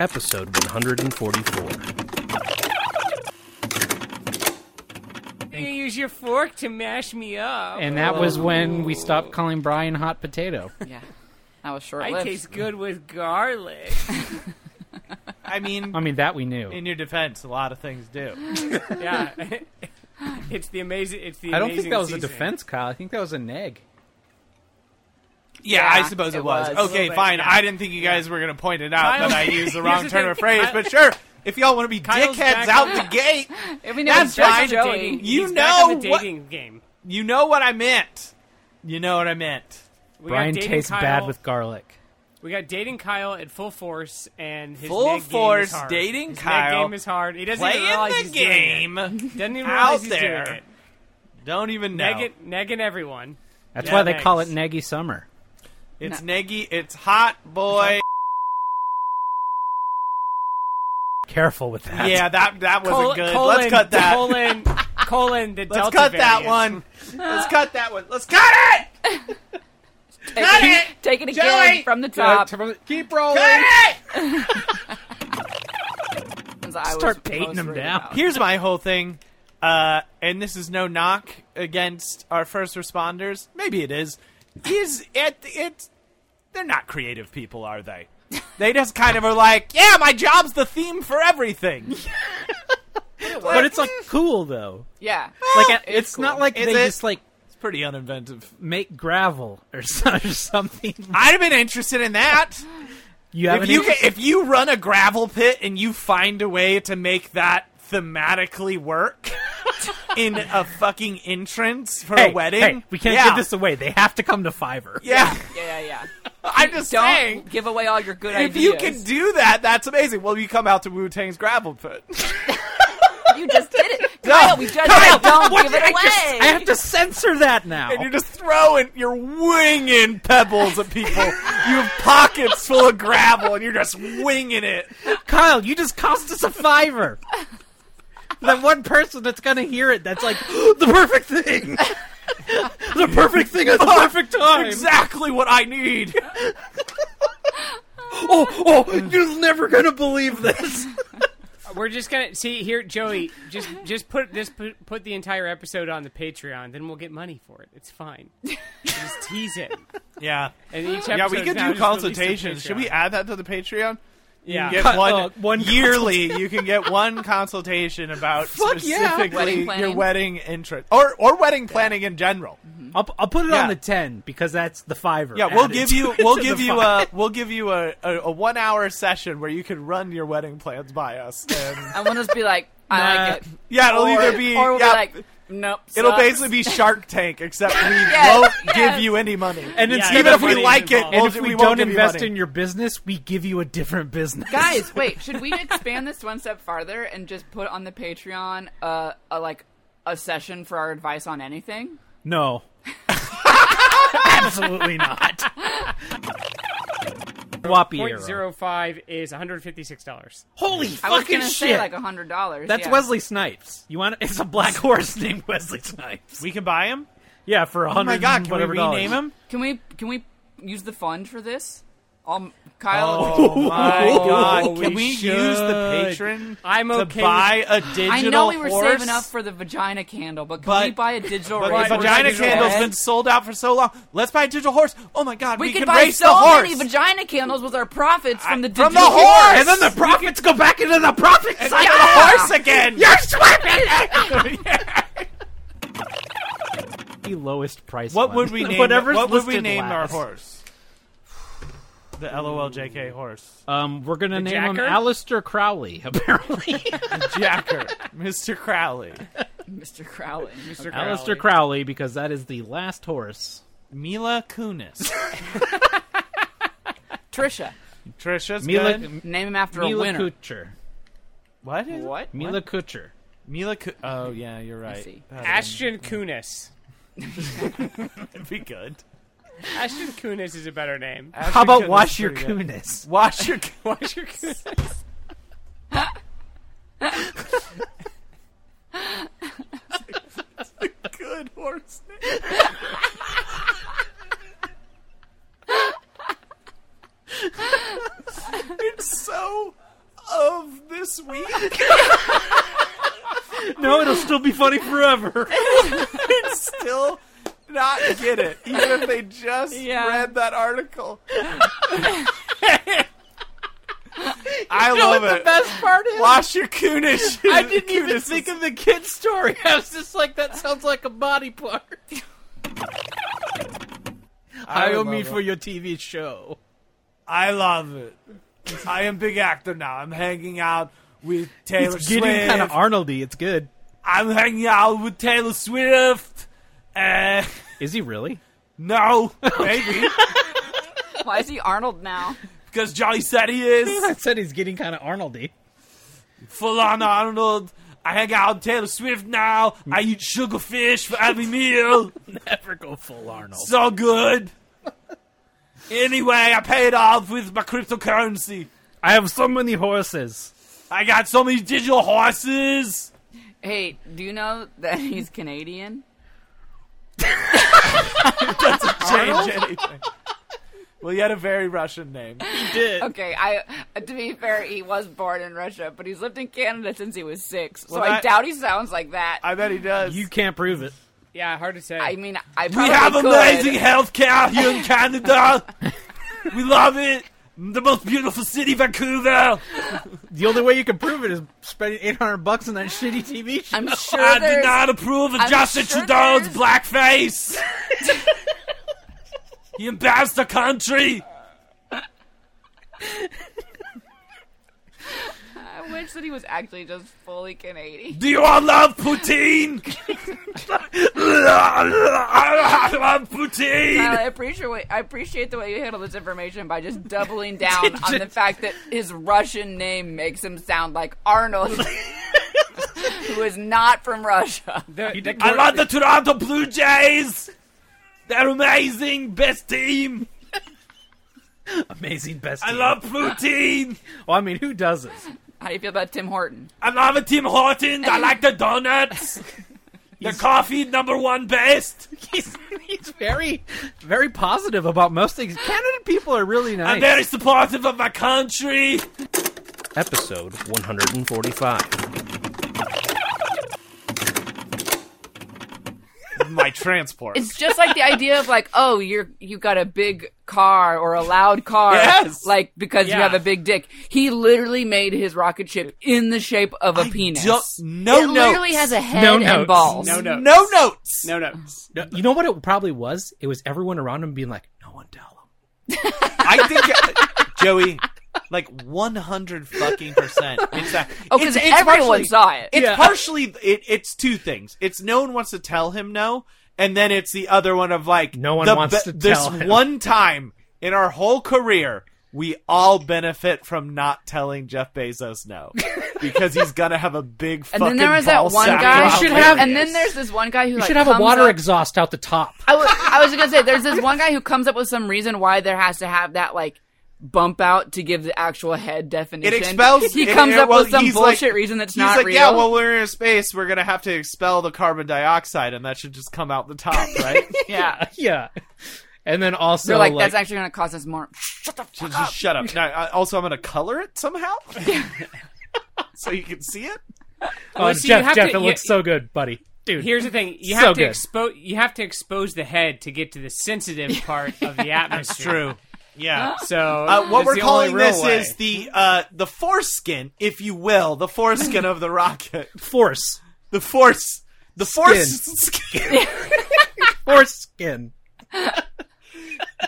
Episode 144. You use your fork to mash me up. And that was when we stopped calling Brian hot potato. Yeah. That was short I lived. taste good with garlic. I mean, I mean, that we knew. In your defense, a lot of things do. yeah, it's the amazing. It's the. I don't amazing think that was a seasoning. defense, Kyle. I think that was a neg. Yeah, Yeah, I suppose it it was. was. Okay, Little bit, fine. yeah. I didn't think you guys were going to point it out Kyle- that I used the Here's wrong the turn thing, of phrase, Kyle- but sure. If y'all want to be Kyle's dickheads back out on- the gate, If we know it's That's just fine. Joey. You He's back on know the what- dating game. you know what I meant. You know what I meant. We got Brian dating tastes Kyle- bad with garlic. We got dating Kyle at full force, and his Full neck game is force hard. dating his neck Kyle. game is hard. He doesn't even realize Playing the he's doing it. game. Doesn't even realize Out he's doing there. it. Don't even know. Negging, negging everyone. That's Yeah, why they call it thanks. neggy summer. It's neggy. It's hot, boy. Careful with that. Yeah, that that wasn't Col- good. Colon, Let's cut that. Colon, colon, the Let's Delta cut that one. variant. Let's cut that one. Let's cut it. Take Got it, it! take it again Joey! from the top. Keep rolling. Cut it. Start baiting them down. Here's my whole thing, uh, and this is no knock against our first responders. Maybe it is. Is it? It's they're not creative people, are they? They just kind of are like, yeah, my job's the theme for everything. But it's like cool though. Yeah. Like it's, cool. not like Is they it? just like It's pretty uninventive. make gravel or, so- or something. I'd have been interested in that. You have if an you ca interest- if you run a gravel pit and you find a way to make that thematically work in a fucking entrance for hey, a wedding, hey, we can't yeah. give this away. They have to come to Fiverr. Yeah, Yeah, yeah, yeah. I'm just Don't saying. give away all your good If ideas. you can do that, that's amazing. Well, you come out to Wu Tang's gravel pit. You just did it. Kyle, we just Kyle, don't what give did it I just- away. I have to censor that now. And you're just throwing, you're winging pebbles at people. you have pockets full of gravel, and you're just winging it. Kyle, you just cost us a fiver. that one person that's gonna hear it, that's like the perfect thing. Oh. the perfect thing at the perfect time. Exactly what I need. Oh, oh, you're never gonna believe this. We're just gonna see here, Joey. Just just put this put, put the entire episode on the Patreon, then we'll get money for it. It's fine. just tease it. Yeah, And each yeah. episode We is could now do just released on consultations. Should we Patreon. add that to the Patreon? Yeah. You can get one, Uh, one yearly. you can get one consultation about yeah. specifically Wedding your planning. wedding entrance or or wedding planning in general. I'll, I'll put it Yeah. on the ten because that's the fiver. Yeah, we'll added give to- you we'll to give the you five. a we'll give you a, a, a one hour session where you can run your wedding plans by us. And, I want us to be like, I Nah. like it. yeah, it'll or, either be, or we'll yeah, be like, nope. it'll sucks. basically be Shark Tank, except we won't give yes. you any money. and Yeah, instead even of if we money like it, involved. and we'll- if we, we won't don't give you invest money. in your business, we give you a different business. Guys, wait. Should we expand this one step farther and just put on the Patreon uh, a like a session for our advice on anything? no, absolutely not. Whoppy Point arrow. zero five is one hundred fifty six dollars. Holy I was fucking gonna shit! say like a hundred dollars. That's yeah. Wesley Snipes. You want? It's a black horse named Wesley Snipes. we can buy him. Yeah, for a Oh hundred. my god, and can we whatever rename dollars. him? Can we can we use the fund for this? Um, Kyle, Oh my god, we can we use the should. patron I'm to okay. buy a digital I know we were horse? saving up for the vagina candle, but can But- we buy a digital? But race the horse vagina instead? candle's been sold out for so long. Let's buy a digital horse. Oh my god, we, We could can buy race the so horse. many vagina candles with our profits from the from digital the horse, And then the profits go back into the profit Like cycle. a horse again. You're sweeping The lowest price. What one. would we name? Whatever's what would we listed name last. our horse? The LOLJK horse. Uh, Um, we're gonna name him Jacker? Alistair Crowley. Apparently, Jacker. Mr. Crowley. Mr. Crowley. Mr. Alistair Crowley, because that is the last horse. Mila Kunis. Trisha. Trisha's Mila good. Name him after a Mila winner. Kucher. What? Is it? What? Mila Kucher. Mila Ku- Oh, yeah, you're right. see. Uh, Ashton Kunis. That'd be good. Ashton Kunis is a better name. How Ashton Kunis about is wash your pretty good. kunis? Wash your Kunis. Ashton Kunis. good horse. it's so of this week. No, it'll still be funny forever. Still not get it, even if they just Yeah. read that article. I love the it. best part is Wash your coonish. I didn't even think of the kid's story. I was just like, that sounds like a body part. I, owe me for your TV show. I love it. I am big actor now. I'm hanging out with Taylor It's Swift. getting kind of Arnoldy. It's good. I'm hanging out with Taylor Swift. Uh, Is he really? no, maybe Why is he Arnold now? because Johnny said he is I said he's getting kind of Arnoldy. full on Arnold. I hang out with Taylor Swift now. I eat sugar fish for every meal. Never go full Arnold. So good. Anyway, I paid off with my cryptocurrency. I have so many horses. I got so many digital horses. Hey, do you know that he's Canadian? Change anything. Well, he had a very Russian name. Okay, I to be fair, he was born in Russia, but he's lived in Canada since he was six. So, I that- doubt he sounds like that. I, I bet he does. You can't prove it. Yeah, hard to say. mean, I We probably have could. amazing health care here in Canada. we love it. The most beautiful city, Vancouver. The only way you can prove it is spending 800 bucks on that shitty TV show. I'm sure I did there's. not approve of I'm Justin sure Trudeau's there's- blackface. he embarrassed the country. I wish that he was actually just fully Canadian. Do you all love poutine? I love poutine. I appreciate wa- I appreciate the way you handle this information by just doubling down on the fact that his Russian name makes him sound like Arnold, who is not from Russia. the, the, I love the Toronto Blue Jays. They're amazing, best team. Amazing best. I team. love poutine. Well, I mean, who doesn't? How do you feel about Tim Horton? I love a Tim Hortons. I like the donuts. the coffee, number one best. He's, he's very, very positive about most things. Canada people are really I'm nice. very supportive of my country. Episode 145. my transport. It's just like the idea of like, oh, you're you got a big car or a loud car, Yes. like because you Yeah. have a big dick. He literally made his rocket ship in the shape of a penis. no it literally has a head No and notes. balls. No notes. no notes. No notes. No, you know what it probably was? It was everyone around him being like, "No one tell him." I think Joey, like one hundred fucking percent. It's that. Oh, because It's- it's everyone partially- saw it. It's partially it, it's two things. It's no one wants to tell him no, and then it's the other one of like No one the wants to this tell him. one time in our whole career we all benefit from not telling Jeff Bezos no because he's gonna have a big and fucking then there was ball that one sack guy. problem. should have- and then there's this one guy who You like, should have a comes water up- exhaust out the top. I was, I was gonna say there's this one guy who comes up with some reason why there has to have that like bump out to give the actual head It definition. expels. He it- comes it- up well, with some he's bullshit like- reason that's he's not like, real. yeah, well, we're in space. We're gonna have to expel the carbon dioxide, and that should just come out the top, right? yeah. yeah, and then also They're like, like, that's actually going to cost us more. Shut the fuck Just shut up. Now, I- also, I'm gonna color it somehow, so you can see it. oh, Well, see, you Jeff, have Jeff, to- it looks you- so good, buddy. Dude, Here's the thing: you So have to good. expose you have to expose the head to get to the sensitive part of the atmosphere. True. Yeah. So Uh, what that's we're the calling only real this way. is the uh, the foreskin, if you will, the foreskin of the rocket, force, the force, the foreskin. force skin.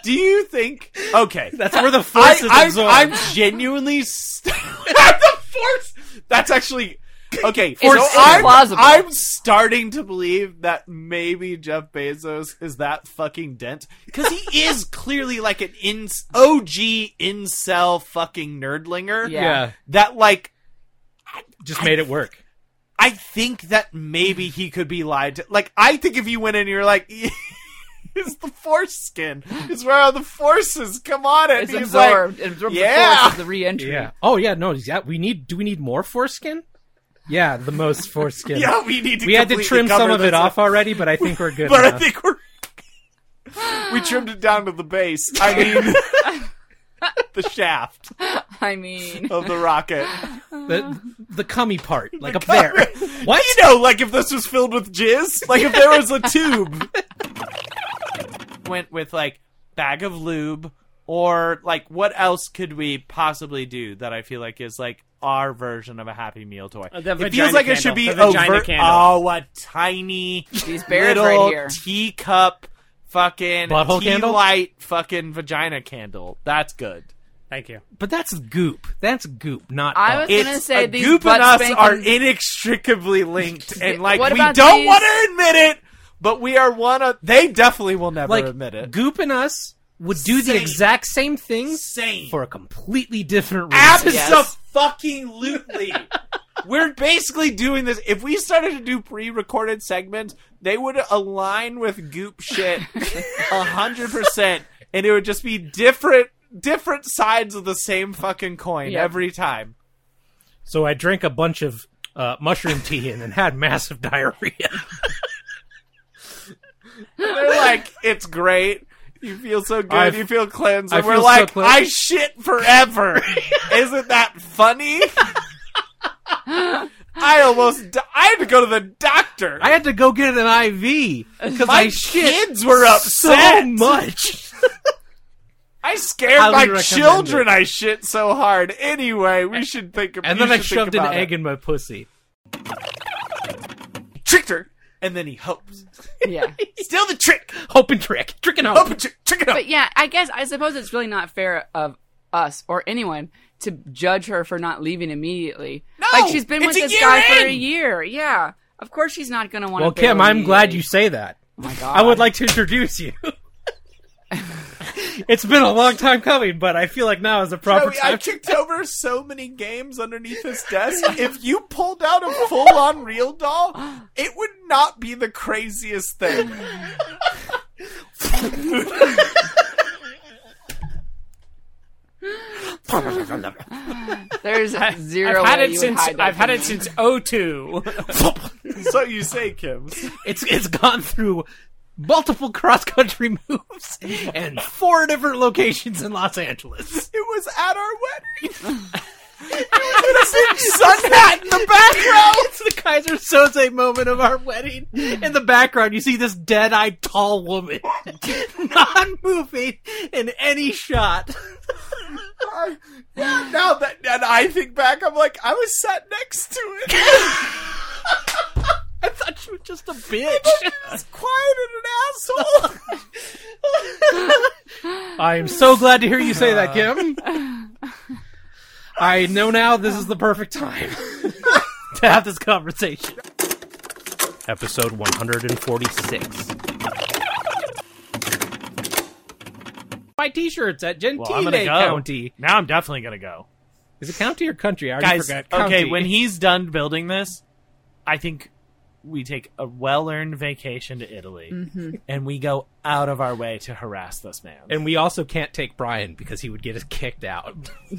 Do you think? Okay, That's where the I, force is I'm- absorbed. I'm, genuinely st- the force. That's actually okay. so it's I'm, plausible. I'm starting to believe that maybe Jeff Bezos is that fucking dent because he is clearly like an in OG incel fucking nerdlinger. Yeah. yeah. That like just made it work. I think that maybe he could be lied to. Like I think if you went in, and you're like. It's the foreskin. It's where all the forces come on it. It's He's like, absorbed. It absorbs the yeah. force of the re-entry. Yeah. Oh yeah, no, yeah. We need. Do we need more foreskin? Yeah, the most foreskin. yeah, we need to. we had to completely trim cover some of this it up. off already, but I think we're good. but I enough. think we're we trimmed it down to the base. I mean, the shaft I mean, of the rocket. the the cummy part, like up there. What? You know, like if this was filled with jizz, like if there was a tube. went with like bag of lube or like what else could we possibly do that I feel like is like our version of a Happy Meal toy. Uh, the it vagina feels like it candle, should be the vagina overt. candle. Oh, a tiny She's buried little right here. teacup, fucking Butthole tea candle? light, fucking vagina candle. That's good. Thank you. But that's goop. That's goop, not. I bug. was It's gonna say a these goop butt and us spanking- are inextricably linked, and like What we about don't these- want to admit it, but we are one of. They definitely will never like admit it. goop and us would do the Same. exact same things Same. for a completely different reason. Absolutely. We're basically doing this. If we started to do pre-recorded segments, they would align with goop shit a hundred percent, and it would just be different, different sides of the same fucking coin Yep. every time. So I drank a bunch of uh, mushroom tea and then had massive diarrhea. They're like, it's great. You feel so good. I've- you feel cleansed. I And we're feel so like, cleansed. I shit forever. Isn't that funny? I almost. Di- I had to go to the doctor. I had to go get an IV because my I shit kids were so upset. much. I scared Highly my recommend children. I shit so hard. Anyway, we should think. ab- And you then I should think shoved an about egg it. in my pussy. tricked her, and then he hopes. yeah. Still the trick. Hope and trick. Trick and Hope hope. and trick. Trick it up. But yeah, I guess I suppose it's really not fair of us or anyone to judge her for not leaving immediately. No, like she's been with it's a this year guy for a in! year. Yeah, of course she's not gonna want. Well, to bail Kim, I'm glad you immediately. say that. Oh my God, I would like to introduce you. it's been a long time coming, but I feel like now is the proper Joey, I time. kicked over so many games underneath his desk. If you pulled out a full-on real doll, it would not be the craziest thing. There's zero. I've had way it you would since hide that I've had from it me. since 02. So you say, Kim? It's it's gone through multiple cross country moves and four different locations in Los Angeles. It was at our wedding. It was a big sun hat in the background. It's the Kaiser Soze moment of our wedding. In the background, you see this dead-eyed tall woman, non-moving in any shot. Now that and I think back, I'm like, I was sat next to it. I thought she was just a bitch. It's quiet and an asshole. I am so glad to hear you say that, Kim. I know now this is the perfect time to have this conversation. Episode 146. Buy t-shirts at Gentile County. Now I'm definitely gonna go. Is it county or country? I already Guys, forgot. okay, County. when he's done building this, I think we take a well-earned vacation to Italy and we go out of our way to harass this man. and we also can't take Brian because he would get us kicked out.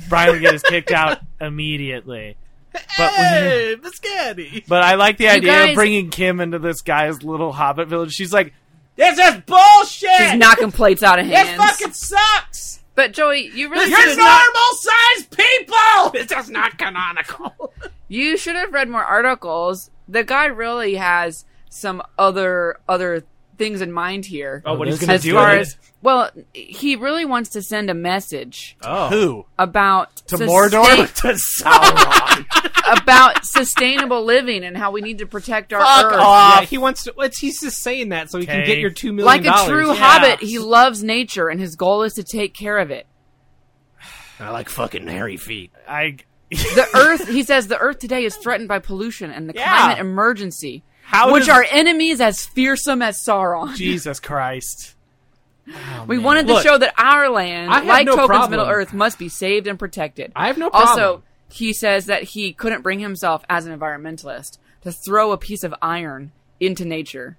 Brian would get us kicked out immediately. But we, biscotti. But I like the idea of guys- bringing Kim into this guy's little hobbit village. She's like, this is bullshit! She's knocking plates out of this hands. fucking sucks! But Joey, you really You're should not. normal sized people! This is not canonical. You should have read more articles. The guy really has some other other things in mind here. Oh, what he's gonna as do? far with it? as well, he really wants to send a message Who? about to Mordor? to Sauron. about sustainable living and how we need to protect our Fuck earth. off. yeah, he wants to. It's, he's just saying that so he can Okay. get your two million Like dollars. a true hobbit, he loves nature and his goal is to take care of it. I like fucking hairy feet. I. The earth, he says, the earth today is threatened by pollution and the Yeah. climate emergency, How which does- are enemies as fearsome as Sauron. Jesus Christ. we wanted to Look, show that our land, I have like no Tolkien's problem. Middle Earth, must be saved and protected. I have no problem. Also, he says that he couldn't bring himself as an environmentalist to throw a piece of iron into nature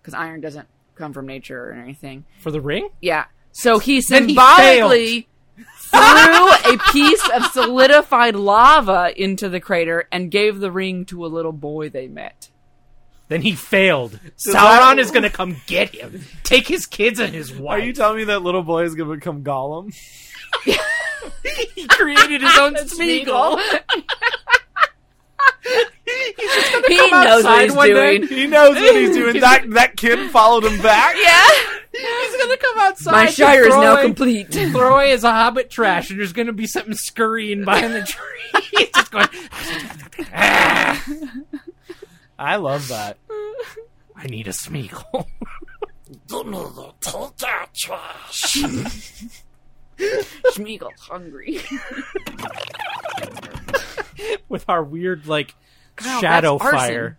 because iron doesn't come from nature or anything. for the ring. Yeah. So he Then he symbolically threw a piece of solidified lava into the crater and gave the ring to a little boy they met. Then he failed. that- Sauron is gonna come get him, take his kids and his wife. Are you telling me that little boy is going to become Gollum? Created his own Smeagol. he knows what he's one day. doing. He knows what he's doing. that that kid followed him back. Yeah. He's gonna come outside. My and shire is throw now away- complete. Throw away his hobbit trash, and there's gonna be something scurrying behind the tree. He's just going. "Ah." I love that. I need a smeagol. Schmeagle's hungry. With our weird like that's shadow arson. fire.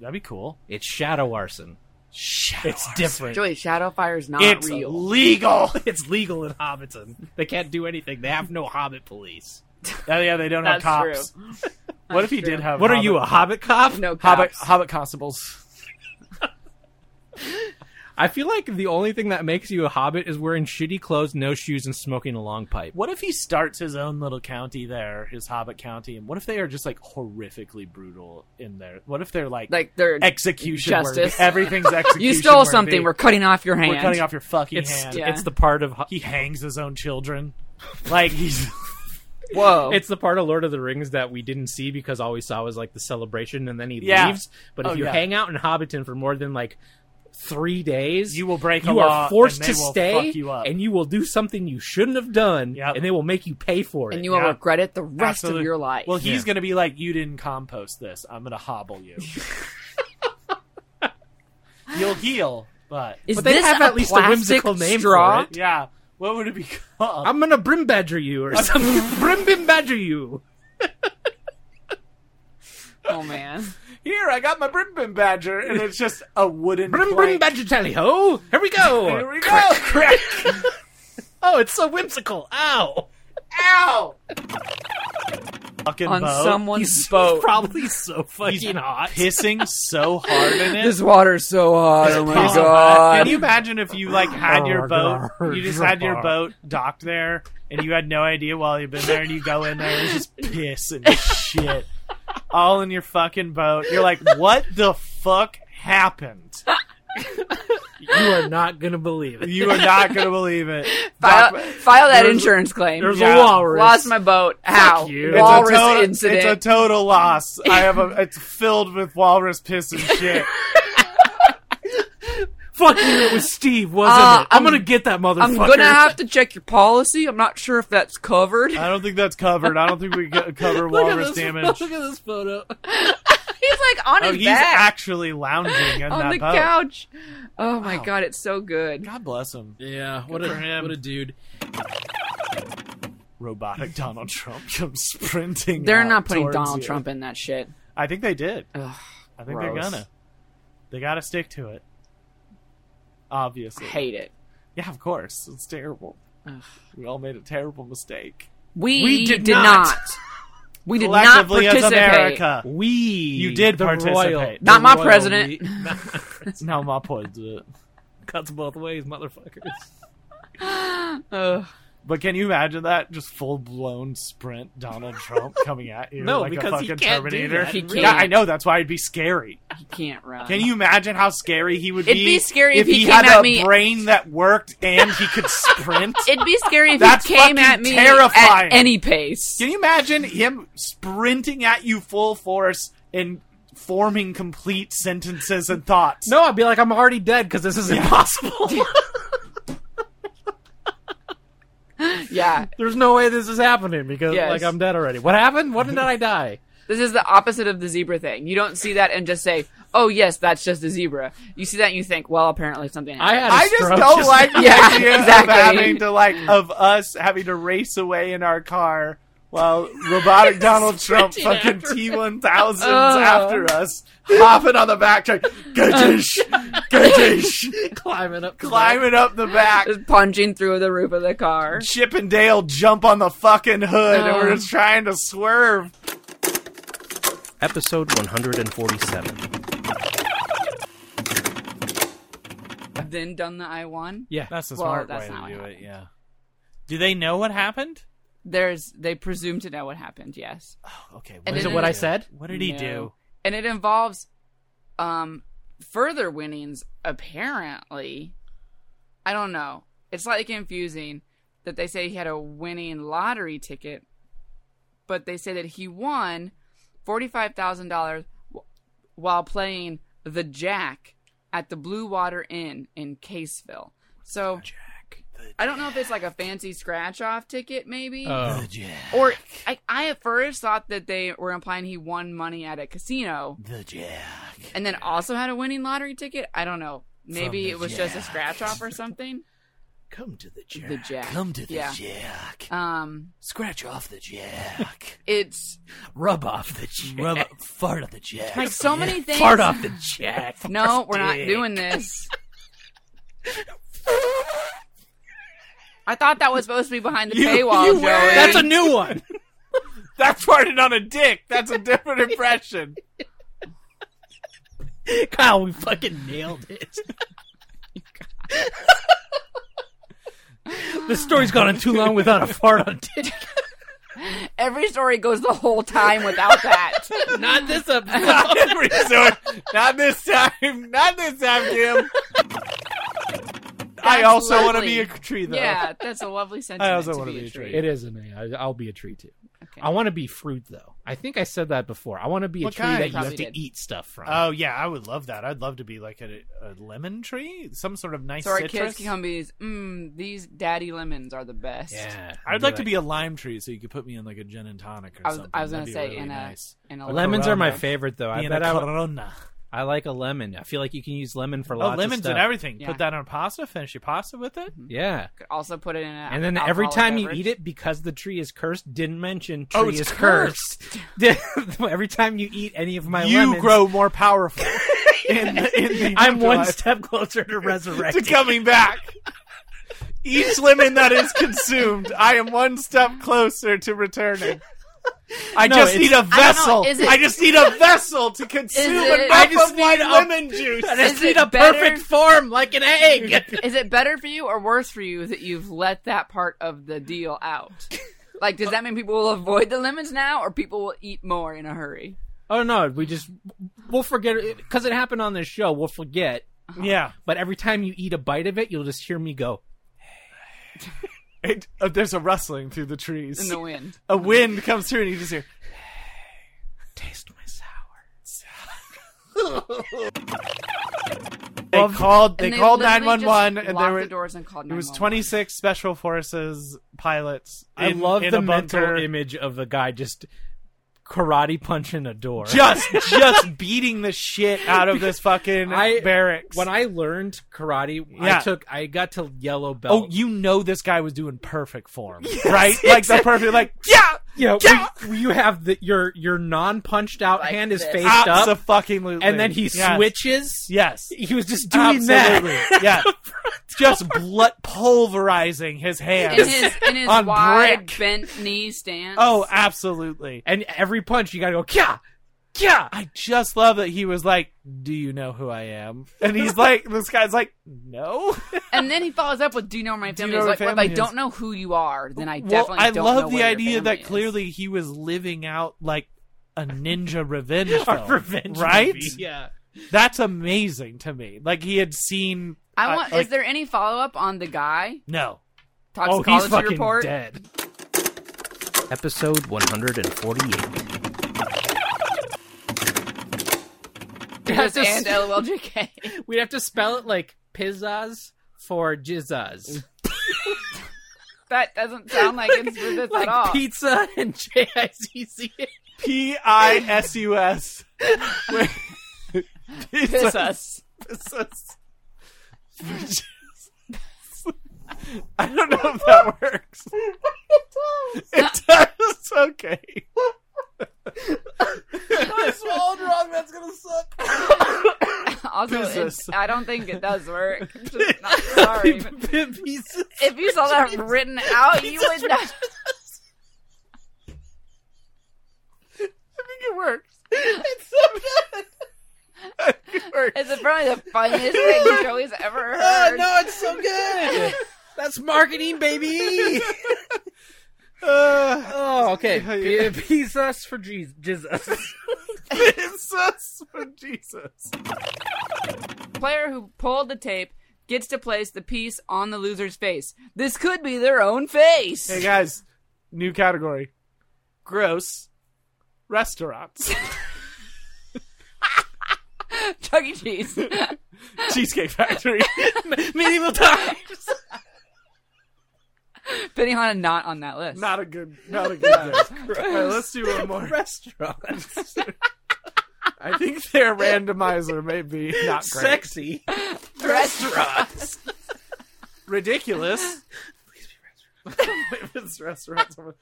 That'd be cool. It's shadow arson. it's different. Joey, Shadowfire is not It's real. legal. It's legal in Hobbiton. They can't do anything. They have no Hobbit police. Oh yeah, they don't That's have cops. true. What if he true. did have? What are you, a Hobbit cop? No Hobbit, cops. Hobbit constables. I feel like the only thing that makes you a Hobbit is wearing shitty clothes, no shoes, and smoking a long pipe. What if he starts his own little county there, his Hobbit county, and what if they are just like horrifically brutal in there? What if they're like Like they're execution justice. worthy? Everything's execution. You stole worthy. something. We're cutting off your hand. We're cutting off your fucking It's hand. Yeah. it's the part of He hangs his own children. Like he's Whoa! it's the part of Lord of the Rings that we didn't see because all we saw was like the celebration, and then he Yeah. leaves. But if Oh, you yeah. hang out in Hobbiton for more than like three days, You will break You a are law, forced and to they will stay, fuck you up. and you will do something you shouldn't have done, Yep. and they will make you pay for it. and you will yeah. regret it the rest Absolute- of your life. Well, he's Yeah. gonna be like, "You didn't compost this. I'm gonna hobble you. You'll heal, but is but they this have a at least a plastic whimsical name straw? for it. yeah." What would it be called? I'm gonna brim badger you or something. brim bim badger you. Oh man! Here, I got my Brim Brim Badger, and it's just a wooden Brim brim plank. badger tally ho. Here we Here go. we go. Crack. oh, it's so whimsical. Ow. Ow! Fucking On Bo. someone's He's boat. Probably so He's fucking hot. pissing so hard in it. This water's so hot. Oh my It's so hot. god! Can you imagine if you like had your boat, you just had your Oh God. boat docked there, and you had no idea while you've been there, and you go in there and it's just piss and shit all in your fucking boat. You're like, what the fuck happened? You are not gonna believe it. You are not gonna believe it. file, Doc- file that insurance claim. There's Yeah. a walrus. Lost my boat. How? you. It's a Walrus it's a total, incident. It's a total loss. I have a. It's filled with walrus piss and shit. Fuck you, it was Steve, wasn't Uh, it? I'm, I'm- gonna get that motherfucker. I'm gonna have to check your policy. I'm not sure if that's covered. I don't think that's covered. I don't think we co- cover Look at walrus this- damage. Look at this photo. he's like on Oh, his he's back actually lounging in on that the boat. couch. Oh my god, it's so good. God bless him. Yeah, what for a him. what a dude. Robotic Donald Trump comes sprinting. They're out not putting uh, towards Donald you. Trump in that shit. I think they did. Ugh, I think they're gross. gonna. They gotta stick to it. I Obviously. hate it. Yeah, of course. It's terrible. We all made a terrible mistake. We, We did did, not. not. We did not Collectively as participate. America. We You did the participate. royal- Not the my royal president. we- Now my point. uh, Cuts both ways, motherfuckers. Ugh. But can you imagine that? Just full blown sprint Donald Trump coming at you No, like a because he fucking can't do Terminator. that. He can't. Yeah, I know. That's why it'd be scary. He can't run. Can you imagine how scary he would It'd be? be scary if he came had at a me- brain that worked and he could sprint. It'd be scary if That's he came fucking at me terrifying. at any pace. Can you imagine him sprinting at you full force and forming complete sentences and thoughts? No, I'd be like, I'm already dead because this is impossible. Yeah, There's no way this is happening because Yes. like I'm dead already. What happened? When did I die? this is the opposite of the zebra thing. You don't see that and just say, "Oh yes, that's just a zebra." You see that and you think, "Well, apparently something." I Happened. had. a I just stroke don't like the Yeah, idea exactly. of having to like of us having to race away in our car while robotic Donald Trump fucking T one thousands after us, hopping on the back track, Gadish, Gadish, climbing up. climbing up the back. just punching through the roof of the car. Chip and Dale jump on the fucking hood, and we're Oh. just trying to swerve. Episode 147. Then done the I one. Yeah, That's the Well, smart that's way not what to do it. happened. Yeah. Do they know what happened? There's they presume to know what happened. Yes. Okay. And did is it he what I do? said? What did he No. do? and it involves um further winnings apparently i don't know it's slightly confusing that they say he had a winning lottery ticket but they say that he won $45000 while playing the Jack at the Blue Water Inn in Caseville. So I don't know if it's like a fancy scratch off ticket, maybe. Oh. Or I, I at first thought that they were implying he won money at a casino. The Jack. And then also had a winning lottery ticket. I don't know. Maybe it was just a scratch off or something. Come to the jack. The Jack. Come to the Yeah. jack. Um, Scratch off the jack. it's Rub off the jack. Rub fart off the jack. like so many things. Fart off the jack. No, we're not Dick. doing this. I thought that was supposed to be behind the paywall, Joey. That's a new one. That's farted on a dick. That's a different impression. Kyle, we fucking nailed it. Oh the story's gone on too long without a fart on dick. Every story goes the whole time without that. Not this episode. So, not this time. Not this time, Kim. I also want to be a tree, though. yeah, that's a lovely sentiment. I also to wanna be be a a tree. tree. It is a me. I, I'll be a tree too. Okay. I want to be fruit though. I think I said that before. I want to be a What tree kind? that you Probably have to did. eat stuff from. Oh yeah, I would love that. I'd love to be like a, a lemon tree, some sort of nice So our citrus. kids can come be these, mm, these daddy lemons are the best. yeah. I'd like to be a lime tree, so you could put me in like a gin and tonic or I was, something. I was gonna That'd be say really in a nice. in a Lemons are my Corona. favorite though. I Being bet a I, would- Corona. I like a lemon. I feel like you can use lemon for Oh, lots lemons of stuff. and everything. Yeah. Put that on pasta. Finish your pasta with it. Yeah. Could also put it in. A And then every time you eat it, because the tree is cursed, didn't mention tree Oh, it's is cursed. every time you eat any of my you lemons, grow more powerful. in the, in the I'm one afterlife. step closer to to resurrecting. coming back. Each lemon that is consumed, I am one step closer to returning. I No, just it's- need a don't know, vessel. is it- I just need a vessel to consume it- enough I just of need white a- lemon juice. I just Is need it a better- perfect form, like an egg. Is it better for you or worse for you that you've let that part of the deal out? like, does that mean people will avoid the lemons now, or people will eat more in a hurry? oh no, we just we'll forget it because it happened on this show. We'll forget, Yeah. but every time you eat a bite of it, you'll just hear me go. It, uh, there's a rustling through the trees. In the wind, a wind comes through and you just hear, Taste my sour. they called, they, And called literally just 911 and locked there were, the doors and called it was 911. 26 special forces pilots. I in- love in the a bunker. mental image of the guy just karate punching a door. Just, just beating the shit out of this fucking I- barracks. when I learned karate, I Yeah. took I got to yellow Oh, belt. you know this guy was doing perfect form, right? Like the perfect, like yeah, yeah, when- when you have the, your your non punched out Like hand is this. faced up, absolutely. and then he Yes. switches. Yes, He was just doing absolutely. that. yeah, just blood pulverizing his hands. in his in his on wide brick. bent knee stance. oh, absolutely. And every punch you gotta go kya kya. I just love that he was like, "Do you know who I am?" And he's like, "This guy's like, no." and then he follows up with, "Do you know where my family know is?" where Like, my well, if I family is? don't know who you are, then I well, definitely I don't know love where the your idea family that is. clearly he was living out like a ninja revenge Our film, revenge right? movie. Yeah. That's amazing to me. Like he had seen. I want. like- is there any follow up on the guy No. Oh, toxicology he's fucking report? dead. Episode 148. Yes, That's and LOLJK. We'd have to spell it like pizzas for jizzas, that doesn't sound like it's Rubith at all. like pizza and J I Z Z. P I S U S. Piss us. I don't know if that works. It does. It does. Okay. I swallowed wrong. That's gonna suck. Also, Piss it- us. I don't think it does work. I'm just not sorry. but Pizzas. if you saw that written out, you would not. I think it works. It's probably the funniest thing Joey's ever Oh, heard. it's so good. That's marketing, baby. Uh, Oh, okay. P- Pizzas for Jesus. Jesus. it's us for Jesus. player who pulled the tape gets to place the piece on the loser's face. This could be their own face. Hey guys, new category. Gross restaurants. Chuck E. Cheese. Cheesecake Factory. Medieval times. Benihana not on that list. Not a good, not a good guess. All right, let's do one more. Restaurants. I think their randomizer may be not great. Sexy. Restaurants. Ridiculous. If it's restaurants. I'm-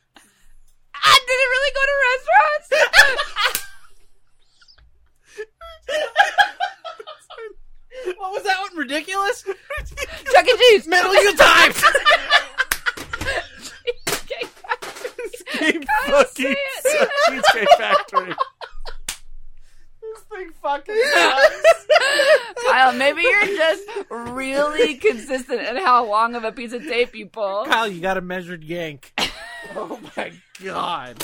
I didn't Ah, really go to restaurants. What was that one? Ridiculous? Chuck E. Cheese. Metal you times. Cheesecake Factory. Fucking Cheesecake Factory. Kyle, maybe you're just really consistent in how long of a piece of tape you pull. Kyle, you got a measured yank. Oh God.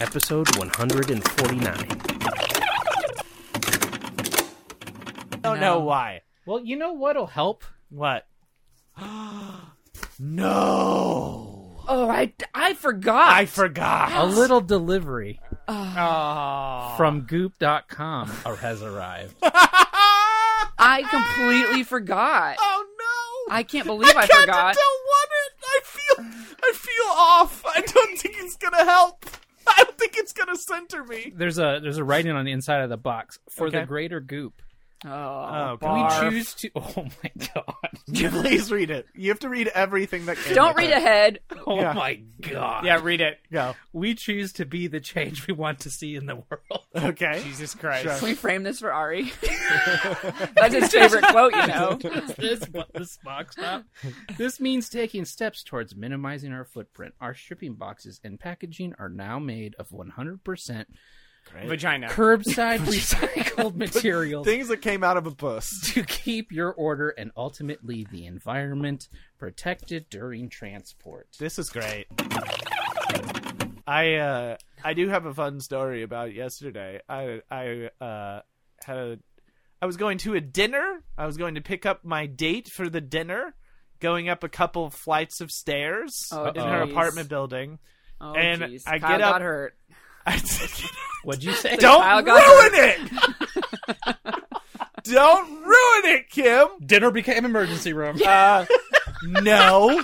Episode 149. Don't know why. Well, you know what'll help? What? no. Oh. Oh, I, I forgot. I forgot. A little delivery Ah. from goop.com ar- has arrived. I completely forgot. Oh no. I can't believe I, kinda forgot. don't want it. I feel I feel off. I don't think it's gonna help. I don't think it's gonna center me. There's a there's a writing on the inside of the box for the greater goop. Oh, We choose to Oh my god. Please read it. You have to read everything that came don't read ahead. Oh my god. Yeah, read it. Go. We choose to be the change we want to see in the world. Okay. Jesus Christ. Can we frame this for Ari? That's his favorite quote, you know. this what this box top. This means taking steps towards minimizing our footprint. Our shipping boxes and packaging are now made of 100% Vagina. curbside recycled materials Things that came out of a bus. to keep your order and ultimately the environment protected during transport. This is great. I uh I do have a fun story about yesterday. I I uh had a I was going to a dinner. I was going to pick up my date for the dinner, going up a couple flights of stairs Oh, in her geez. apartment building. Oh, And jeez. I Kyle get up- got hurt. I said, What'd you say? Don't Kyle got ruin it. Don't ruin it, Kim. Dinner became emergency room. Uh, no.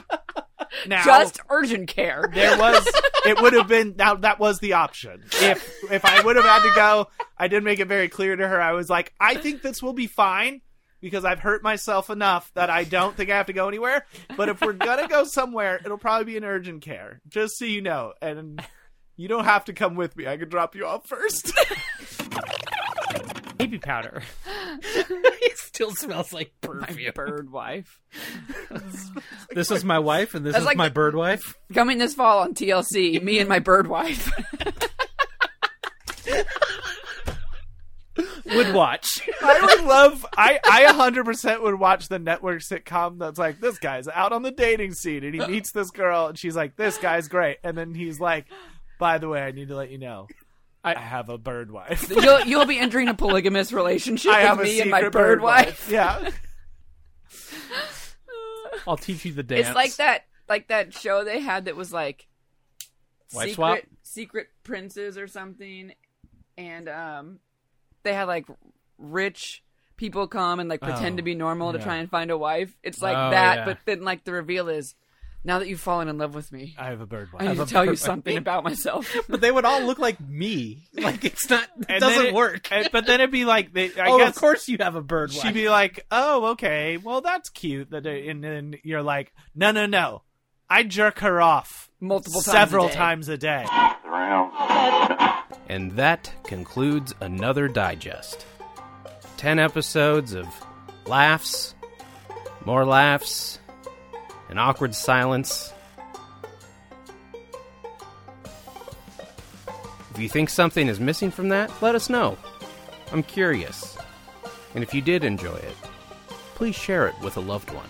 Now, Just urgent care. there was it would have been now that was the option if if i would have had to go i did make it very clear to her i was like i think this will be fine because i've hurt myself enough that i don't think i have to go anywhere but if we're gonna go somewhere it'll probably be an urgent care just so you know and you don't have to come with me i could drop you off first Baby powder. it still smells like perfume. Bird wife. This is my wife, and this That's is like- my bird wife. Coming this fall on TLC, me and my bird wife. Would watch. i would love i i 100% would watch the network sitcom that's like this guy's out on the dating scene and he meets this girl and she's like this guy's great and then he's like by the way i need to let you know i have a bird wife you'll, you'll be entering a polygamous relationship i have with a me secret and my bird wife. yeah I'll teach you the dance. It's like that, like that show they had that was like Wife secret, swap? secret princes or something, and um, they had like rich people come and like pretend to be normal to try and find a wife. It's like Oh, that, yeah. but then like the reveal is now that you've fallen in love with me, i have a bird I wife need to tell you something about myself. But they would all look like me. Like it's not. It doesn't work. and, but then it'd be like they, i oh, guess of course you have a bird wife. she'd be like oh okay well that's cute that and then you're like no no no i jerk her off Multiple times a several day. times a day And that concludes another digest. 10 episodes of laughs, more laughs, an awkward silence. If you think something is missing from that, let us know. I'm curious. And if you did enjoy it, please share it with a loved one,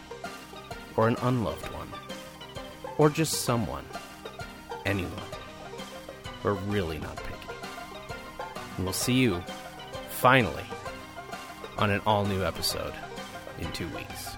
or an unloved one, or just someone, anyone. We're really not picky. And we'll see you, finally, on an all new episode in two weeks.